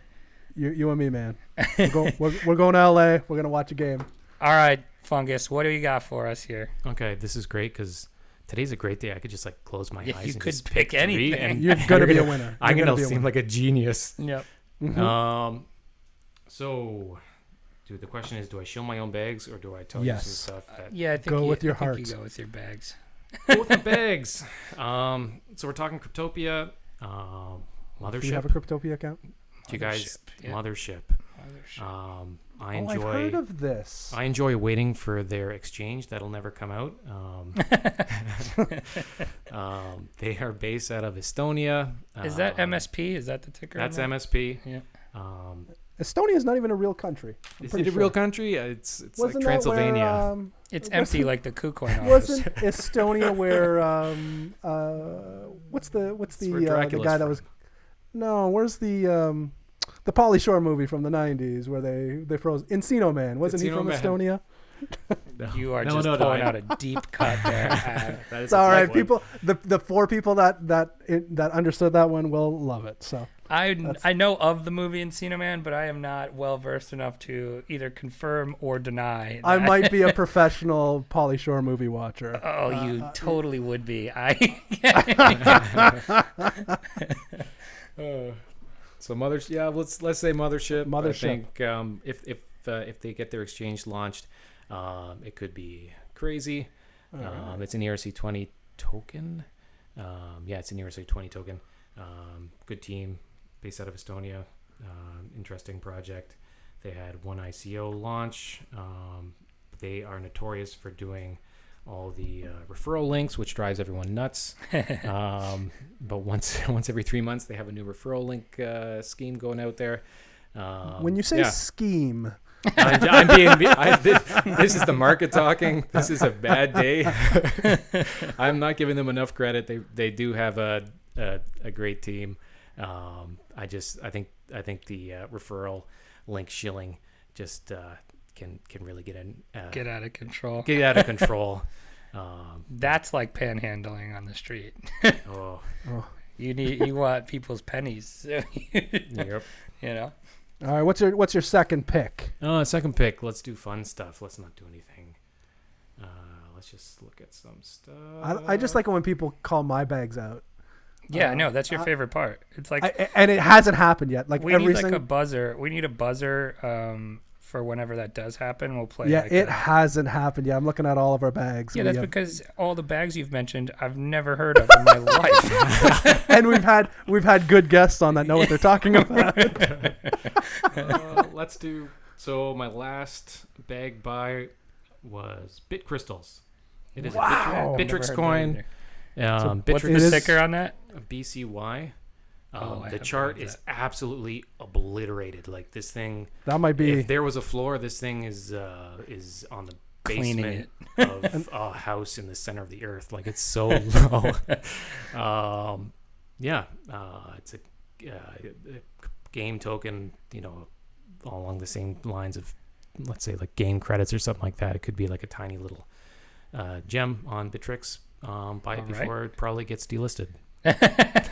C: You, you and me, man. We're, go- we're, we're going to LA. We're gonna watch a game.
A: All right, Fungus, what do you got for us here?
B: Okay, this is great because today's a great day. I could just like close my
A: Yeah,
B: eyes.
A: you
B: and
A: could
B: just
A: pick
B: three,
A: anything.
B: and
C: You're gonna be a winner. You're
B: I'm gonna,
C: gonna be a
B: seem
C: winner.
B: like
C: Mm-hmm.
B: a genius.
A: Yep.
B: Um, so, dude, the question is: Do I show my own bags or do I tell
C: Yes. Uh,
B: you some stuff? That,
A: Yeah, I think
C: Go
A: you,
C: with your
A: I think
C: heart.
A: you go with your bags.
B: Go with the bags. Um, so we're talking Cryptopia, um,
C: Do you
B: Mothership.
C: have a Cryptopia account?
B: you guys,
A: Mothership, yeah.
B: Mothership.
A: Mothership.
B: Um, I
C: oh, I've
B: enjoy.
C: heard of this.
B: I enjoy waiting for their exchange. That'll never come out. Um, um, they are based out of Estonia.
A: Is that
B: Um,
A: MSP? Is that the ticker? on
B: That's
A: that?
B: MSP.
A: Yeah.
B: Um,
C: Estonia is not even a real country. I'm
B: is it
C: pretty
B: a real
C: sure.
B: country? Uh, It's it's
C: Wasn't
B: like
C: that where,
B: Transylvania.
C: um,
A: It's
C: Wasn't-
A: empty like the Ku Coin office.
C: Wasn't Estonia where um uh what's the what's
B: It's where
C: the uh, the
B: Dracula's
C: guy that was
B: from.
C: no where's the um the Polly Shore movie from the '90s where they they froze Encino Man wasn't he
B: Encino
C: from
B: Man.
C: Estonia?
A: You are
B: No,
A: just
B: no, no,
A: pulling
B: I-
A: out a deep cut there. Uh,
B: That is
C: It's
B: a
C: all
B: tough
C: right,
B: one.
C: people. The the four people that that it, that understood that one will love it. So
A: I, I I know of the movie Encino Man, but I am not well versed enough to either confirm or deny.
C: I
A: that.
C: might be Uh, a professional Polly Shore movie watcher.
A: Oh, you totally would be. I.
B: Uh, so mothers, yeah, let's let's say mothership. I
C: Mothership.
B: think um, if if uh, if they get their exchange launched, um, it could be crazy.
C: Uh,
B: Um, it's an ERC twenty token. Um, yeah, it's an ERC twenty token. Um, good team, based out of Estonia. Um, interesting project. They had one ICO launch. Um, they are notorious for doing all the uh, referral links, which drives everyone nuts. um, but once once every three months, they have a new referral link uh, scheme going out there. Um,
C: when you say
B: yeah.
C: scheme,
B: I'm, I'm being, I, this, this is the market talking. This is a bad day. I'm not giving them enough credit. They they do have a a, a great team. Um, I just I think I think the uh, referral link shilling just uh, can can really get in uh,
A: Get out of control.
B: get out of control. um,
A: That's like panhandling on the street.
B: oh,
A: You need you want people's pennies. so you
B: yep.
A: know.
C: all right. What's your what's your second pick?
B: Uh, second pick. Let's do fun stuff. Let's not do anything. Uh, let's just look at some stuff.
C: I, I just like it when people call my bags out,
A: Yeah, I
C: Uh,
A: know. That's your
C: I-
A: favorite part. It's like
C: I, and it hasn't happened yet. Like
A: we
C: every
A: need like
C: single
A: a buzzer. We need a buzzer um, for whenever that does happen. We'll play.
C: Yeah,
A: like
C: it
A: a-
C: hasn't happened yet. I'm looking at all of our bags.
A: yeah,
C: We
A: that's
C: have-
A: because all the bags you've mentioned I've never heard of in my life.
C: and we've had we've had good guests on that know what they're talking about.
B: uh, let's do. So my last bag buy was Bit Crystals. It is
C: Wow.
B: a Bit-
A: Never
B: Bitrix
A: heard
B: coin.
A: that
B: Um,
A: either. What's the
B: Bitrix
C: is-
A: sticker on that?
B: BCY. Um,
A: Oh, I
B: the
A: haven't
B: chart
A: heard
B: is absolutely obliterated. Like this thing,
C: That might be
B: if there was a floor, this thing is uh, is on the
A: Cleaning
B: basement of a house in the center of the earth. Like it's so low. um, yeah, uh, it's a, uh, a game token. You know, all along the same lines of, let's say, like game credits or something like that. It could be like a tiny little uh, gem on Bitrix. Um, buy it
A: All right.
B: before it probably gets delisted.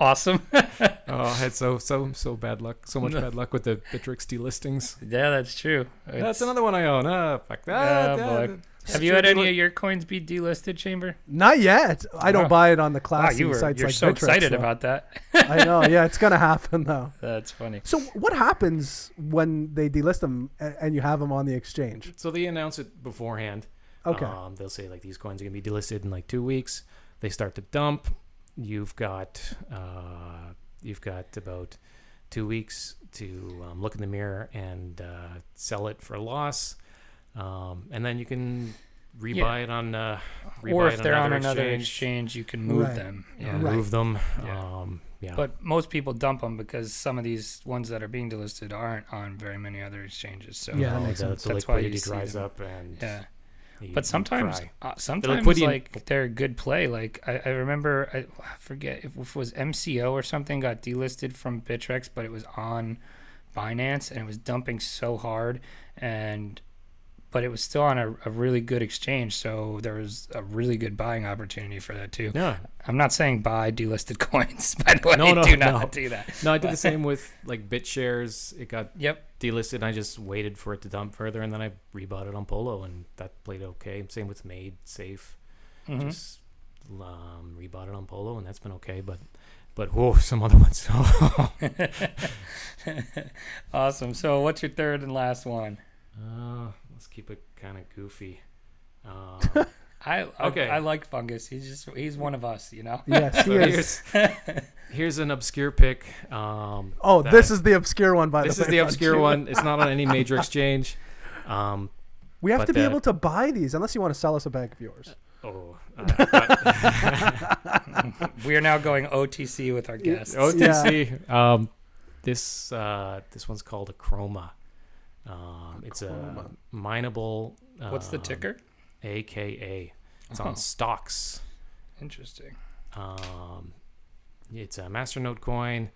A: awesome.
B: Oh, I had so so so bad luck, so much bad luck with the Bitrix delistings.
A: Yeah, that's true. It's-
B: That's another one I own. Ah, fuck that.
A: Oh,
B: Ah,
A: boy.
B: that's
A: Have you
B: true
A: had any
B: deli-
A: of your coins be delisted, Chamber?
C: not yet. I don't
A: Wow.
C: buy it on the
A: Wow,
C: classic
A: you were
C: sites
A: you're
C: like
A: so
C: Bittrex,
A: excited
C: though.
A: about that.
C: I know. Yeah, it's gonna happen though.
A: That's funny.
C: So what happens when they delist them a- and you have them on the exchange?
B: So they announce it beforehand.
C: Okay.
B: Um, they'll say like these coins are gonna be delisted in like two weeks. They start to dump. You've got uh, you've got about two weeks to um, look in the mirror and uh, sell it for a loss, um, and then you can rebuy
A: Yeah.
B: it on. Uh, rebuy
A: Or
B: it
A: if they're on another
B: exchange,
A: exchange, you can move
C: Right.
A: them.
B: yeah,
A: Yeah.
C: Right.
B: move them.
A: Yeah.
B: Um, yeah.
A: But most people dump them because some of these ones that are being delisted aren't on very many other exchanges. So
C: Yeah, that
B: No,
C: makes
B: the,
C: sense.
B: the
A: That's why you
B: liquidity
A: see
B: dries
A: them.
B: up and
A: yeah.
B: You
A: But sometimes,
B: cry.
A: uh, sometimes
B: put you in-
A: like they're a good play. Like I, I remember, I, I forget if it was MCO or something got delisted from Bitrex, but it was on Binance and it was dumping so hard, and but it was still on a, a really good exchange, so there was a really good buying opportunity for that too.
B: no,
A: I'm not saying buy delisted coins. By the way,
B: No, no,
A: do not
B: no.
A: do that.
B: no, I did the same with like BitShares. It got
A: Yep.
B: delisted, and I just waited for it to dump further, and then I rebought it on Polo, and that played okay. Same with Made Safe,
C: Mm-hmm.
A: Mhm.
B: just um, rebought it on Polo, and that's been okay. But but whoa, some other ones. Uh,
A: awesome. So, what's your third and last one?
B: Uh, let's keep it kind of goofy. Uh,
A: I okay.
B: Okay.
A: I, like fungus. He's just he's one of us, you know.
C: Yes,
B: so
C: he is.
B: here's, here's an obscure pick. Um,
C: Oh,
B: that-
C: this is the obscure one, by
B: this
C: the way.
B: is the
C: Fun
B: obscure
C: too.
B: one. It's not on any major exchange. Um,
C: We have
B: But
C: to be
B: that-
C: able to buy these unless you want to sell us a bag of yours.
B: oh, uh, but
A: We are now going OTC with our guests.
B: Oh. OTC. Um, this uh, this one's called a chroma. Um, it's a
C: Chroma.
B: mineable.
A: What's the
B: um,
A: ticker?
B: AKA. It's
A: Oh.
B: on stocks.
A: Interesting.
B: Um, it's a masternode coin.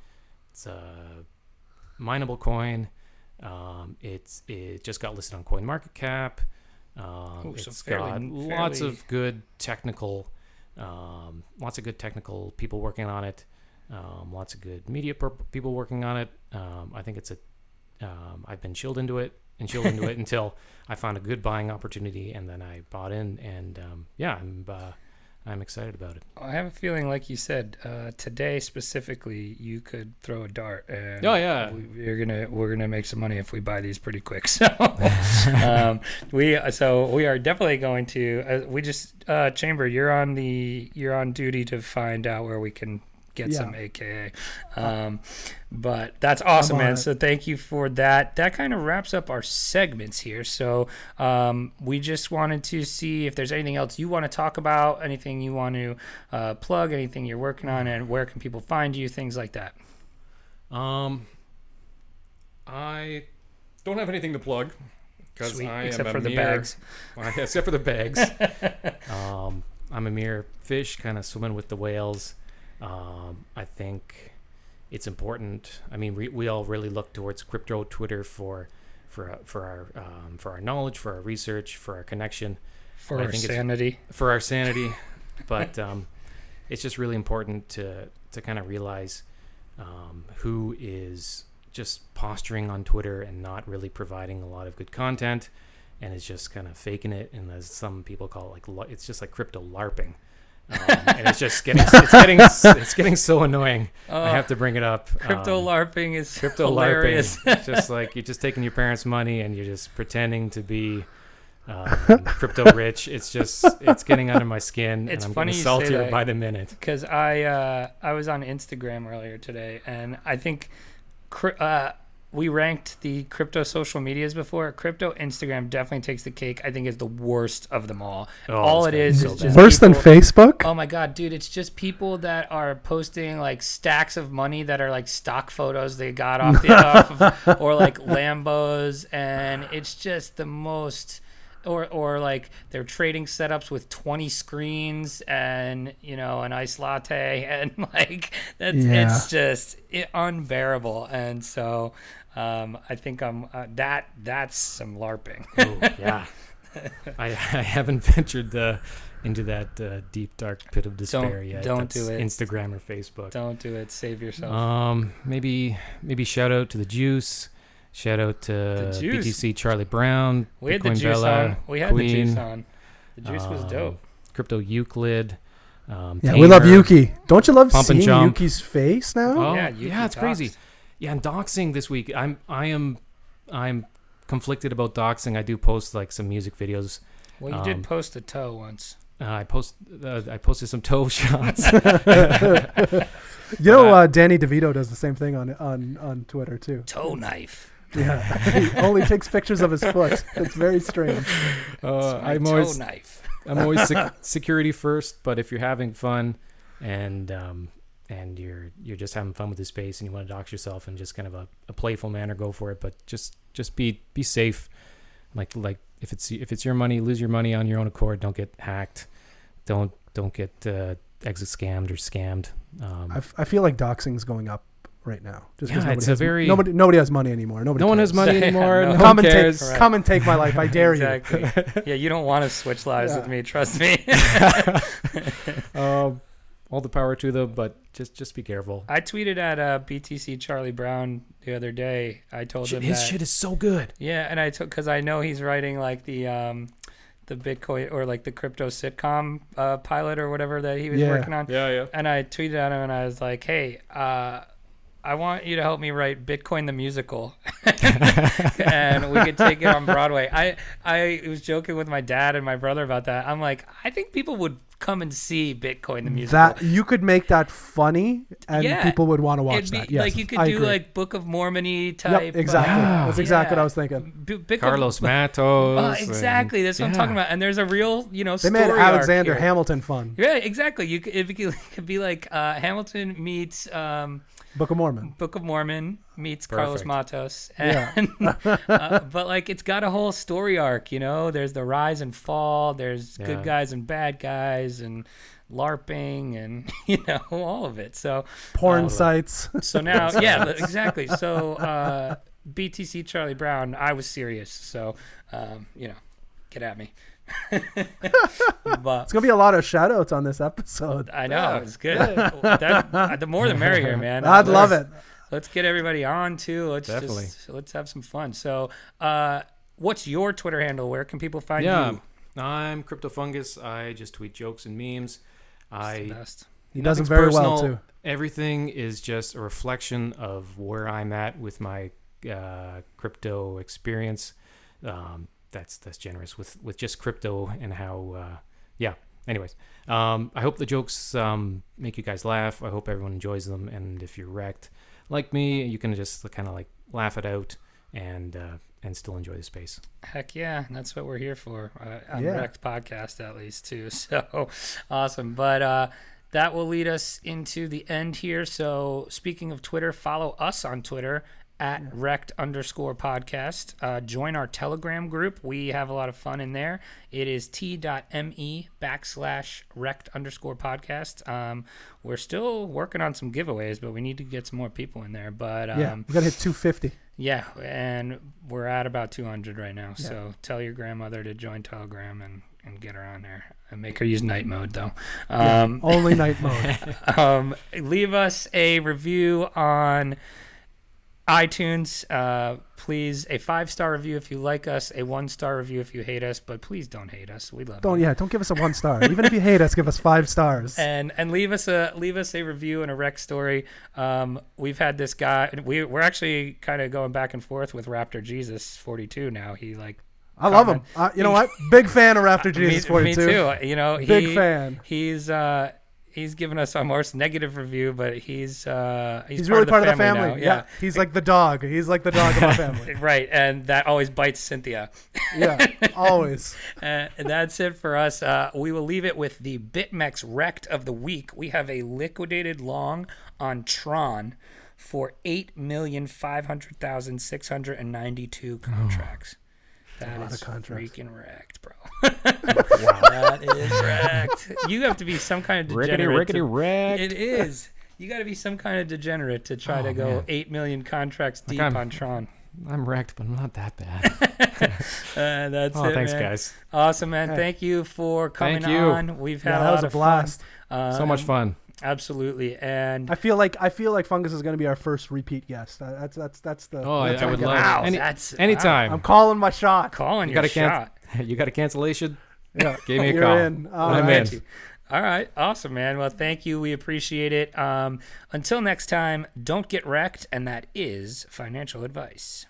B: It's a mineable coin. Um, it's it just got listed on CoinMarketCap. Um,
A: Ooh,
B: it's
A: so fairly-
B: got lots
A: fairly-
B: of good technical, um, lots of good technical people working on it. Um, lots of good media per- people working on it. Um, I think it's a. Um, I've been chilled into it and chilled into it until I found a good buying opportunity, and then I bought in, and um, yeah, I'm uh, I'm excited about it.
A: I have a feeling, like you said, uh, today specifically, you could throw a dart. And
B: Oh, yeah.
A: we, we're gonna we're gonna make some money if we buy these pretty quick. So, um, we so we are definitely going to. Uh, we just uh, chamber. You're on the you're on duty to find out where we can get
C: Yeah.
A: some AKA. Um, but that's awesome,
C: on
A: man.
C: it.
A: So thank you for that. That kind of wraps up our segments here. So um, we just wanted to see if there's anything else you want to talk about, anything you want to uh, plug, anything you're working on, and where can people find you, things like that.
B: Um, I don't have anything to plug because
A: Sweet,
B: I
A: except
B: am
A: for
B: a
A: the
B: mere,
A: bags.
B: except for the bags. um, I'm a mere fish, kind of swimming with the whales. Um, I think it's important. I mean, we, we all really look towards crypto Twitter for for for our um, for our knowledge, for our research, for our connection
A: For
B: I
A: our
B: think it's-
A: sanity.
B: for our sanity, but um, it's just really important to to kind of realize um, who is just posturing on Twitter and not really providing a lot of good content, and is just kind of faking it. And as some people call it, like lar- it's just like crypto larping, um, and it's just getting it's getting it's getting so annoying. I have to bring it up.
A: Uh, crypto
B: um,
A: LARPing is
B: crypto
A: hilarious.
B: larping. It's just like you're just taking your parents' money and you're just pretending to be um, crypto rich. It's just it's getting under my skin,
A: It's
B: and I'm
A: funny you
B: getting
A: say
B: saltier
A: that.
B: by the minute.
A: because I uh, I was on Instagram earlier today, and I think cri- uh, we ranked the crypto social medias before. Crypto Instagram definitely takes the cake. I think is the worst of them all.
B: Oh,
A: all it
B: it's
A: is
B: so
A: is
B: bad.
A: just
C: Worse than
A: people-
C: Facebook?
A: Oh my god, dude! It's just people that are posting like stacks of money that are like stock photos they got off the off of, or like Lambos, and it's just the most. Or, or like they're trading setups with 20 screens and you know an iced latte and like that's
C: Yeah.
A: it's just i unbearable and so um, I think I'm uh, that that's some larping
B: Oh, yeah, I, I haven't ventured uh, into that uh, deep dark pit of despair yet.
A: don't do
B: That's
A: it.
B: Instagram or Facebook.
A: don't do it save yourself
B: Um, maybe maybe shout out to the Juice. Shout out to
A: The Juice.
B: BTC Charlie Brown.
A: We had the
B: Bitcoin
A: juice
B: Bella,
A: on. We had the
B: Queen.
A: juice on. The juice was
B: um,
A: dope.
B: Crypto Euclid. Um,
C: Yeah, we love
B: Tamer.
C: Yuki. Don't you love
B: Pump and
C: seeing
B: jump.
C: Yuki's face now?
B: Oh,
A: Yeah,
B: yeah,
A: you
B: yeah,
A: can
B: it's crazy.
A: dox.
B: Yeah, and doxing this week. I'm I am I'm conflicted about doxing. I do post like some music videos.
A: Well, you did
B: um,
A: post a toe once.
B: Uh, I post uh, I posted some toe shots.
C: you know,
B: uh,
C: uh, Danny DeVito does the same thing on on, on Twitter too.
A: Toe knife.
C: Yeah, he only takes pictures of his foot. It's very strange.
A: It's
B: Uh,
A: my
B: I'm
A: toe
B: always
A: knife.
B: I'm always sec- security first, but if you're having fun and um, and you're you're just having fun with the space and you want to dox yourself in just kind of a, a playful manner, go for it. But just just be be safe. Like like if it's if it's your money, lose your money on your own accord. Don't get hacked. Don't don't get uh, exit scammed or scammed. Um,
C: I, f- I feel like doxing's going up right now. Just
B: Yeah,
C: 'cause nobody
B: it's a
C: has,
B: very-
C: nobody nobody has money anymore. Nobody
B: no one
C: cares.
B: has money
A: Yeah,
B: anymore.
A: no.
B: no
C: Come
B: one
C: and
B: cares.
C: take come and take my life. I dare you.
A: exactly. yeah, you don't want to switch lives
C: Yeah.
A: with me. Trust me.
B: Um, all the power to them, but just just be careful.
A: I tweeted at uh, BTC Charlie Brown the other day. I told
B: Shit,
A: him
B: his
A: that-
B: shit is so good.
A: Yeah, and I took because I know he's writing like the um, the Bitcoin or like the crypto sitcom uh, pilot or whatever that he was
C: Yeah.
A: working on.
B: Yeah, yeah.
A: And I tweeted at him and I was like, "Hey, uh, I want you to help me write Bitcoin the musical, and we could take it on Broadway." I I was joking with my dad and my brother about that. I'm like, I think people would come and see Bitcoin the musical.
C: That you could make that funny, and
A: Yeah.
C: people would want to watch
A: It'd be
C: that. Yes,
A: like you could
C: I
A: do
C: agree.
A: like Book of Mormony
C: Yep,
A: type.
C: exactly.
A: uh,
C: That's exactly what
A: yeah.
C: I was thinking.
A: B- Book of-
B: Carlos Matos.
A: Uh,
B: and-
A: exactly. That's what I'm
B: yeah.
A: talking about. And there's a real, you know,
C: They
A: story
C: made
A: arc
C: Alexander
A: here.
C: Hamilton fun.
A: Yeah, exactly. You could, it could- it could be like uh, Hamilton meets um,
C: Book of Mormon.
A: Book of Mormon meets Carlos
B: Perfect.
A: Matos, and uh, but like it's got a whole story arc. You know, there's the rise and fall. There's
B: Yeah.
A: good guys and bad guys, and LARPing, and you know all of it. So
C: Porn
B: Oh.
C: sites.
A: so now, yeah, but exactly. So uh, BTC Charlie Brown, I was serious. So um, you know, get at me. but
C: It's gonna be a lot of shout outs on this episode.
A: I know it's good. That, the more the merrier, man.
C: I'd love
A: Let's-
C: it.
A: Let's get everybody on too. Let's
B: Definitely.
A: just let's have some fun. So, uh, what's your Twitter handle? Where can people find
B: Yeah.
A: you?
B: I'm Crypto Fungus. I just tweet jokes and memes.
A: The
B: I
A: best.
C: He does it
B: nothing's
C: very well
B: personal.
C: too.
B: Everything is just a reflection of where I'm at with my uh, crypto experience. Um, that's that's generous with with just crypto and how. Uh, yeah. Anyways, um, I hope the jokes um, make you guys laugh. I hope everyone enjoys them. And if you're wrecked like me, you can just kind of like laugh it out and uh, and still enjoy the space.
A: Heck yeah, and that's what we're here for uh, on
C: Yeah.
A: Wrecked Podcast at least too. So awesome, but uh, that will lead us into the end here. So speaking of Twitter, follow us on Twitter at Wrecked underscore podcast. Uh, join our Telegram group. We have a lot of fun in there. It is t.me backslash Wrecked underscore podcast. Um, we're still working on some giveaways, but we need to get some more people in there. But um,
C: Yeah, we gotta hit 250.
A: yeah, and we're at about 200 right now. So tell your grandmother to join Telegram and, and get her on there and make her use night mode though. Um,
C: Only night mode.
A: um, leave us a review on iTunes. Uh, please, a five star review if you like us, a one star review if you hate us, but please don't hate us. We love
C: Don't
A: you.
C: yeah. Don't give us a one star. Even if you hate us, give us five stars.
A: And and leave us a leave us a review and a rec story. Um, we've had this guy. We we're actually kind of going back and forth with Raptor Jesus 42 now. He like
C: I love him. Uh, you know what? Big fan of Raptor Jesus
A: me, me
C: 42.
A: too. You know, he,
C: Big fan.
A: He's uh, he's given us our most negative review, but he's uh, he's,
C: He's really part of the
A: family,
C: family.
A: now.
C: Yeah. He's like the dog. He's like the dog of my family.
A: Right, and that always bites Cynthia.
C: Yeah. Always.
A: Uh, and that's it for us. Uh, we will leave it with the BitMEX wrecked of the week. We have a liquidated long on Tron for eight million five hundred thousand six hundred and ninety-two
B: Oh.
A: contracts. That
C: lot
A: is
C: of contracts.
A: freaking wrecked, bro. That is wrecked. You have to be some kind of
B: Rickety,
A: degenerate
B: rickety,
A: to-
B: wrecked.
A: It is. You got to be some kind of degenerate to try
B: Oh,
A: to go
B: man.
A: eight million contracts deep
B: I'm-
A: on Tron.
B: I'm wrecked, but I'm not that bad.
A: Uh, that's
B: oh,
A: it,
B: thanks,
A: man.
B: guys.
A: Awesome, man.
C: Hey.
A: Thank you for coming
B: Thank you.
A: on. We've had
C: Yeah,
A: a
C: that
A: lot
C: was a
A: of fun.
C: blast.
A: Uh,
B: So much fun.
A: Absolutely. And
C: I feel like I feel like fungus is going to be our first repeat guest. That- That's that's that's the.
B: Oh, I-
C: that's
B: I
C: how
B: would
C: get
B: love
C: it.
A: wow,
B: Any-
A: that's
B: Anytime.
C: I'm calling my
A: wow,
C: shot.
A: calling
B: You
A: your
B: got a
A: shot.
B: can- you got a cancellation?
C: Yeah.
B: Give me a
C: You're
B: call.
C: in. All
B: I'm
C: right.
B: in.
A: All right, awesome, man. Well, thank you. We appreciate it. Um, until next time, don't get wrecked, and that is financial advice.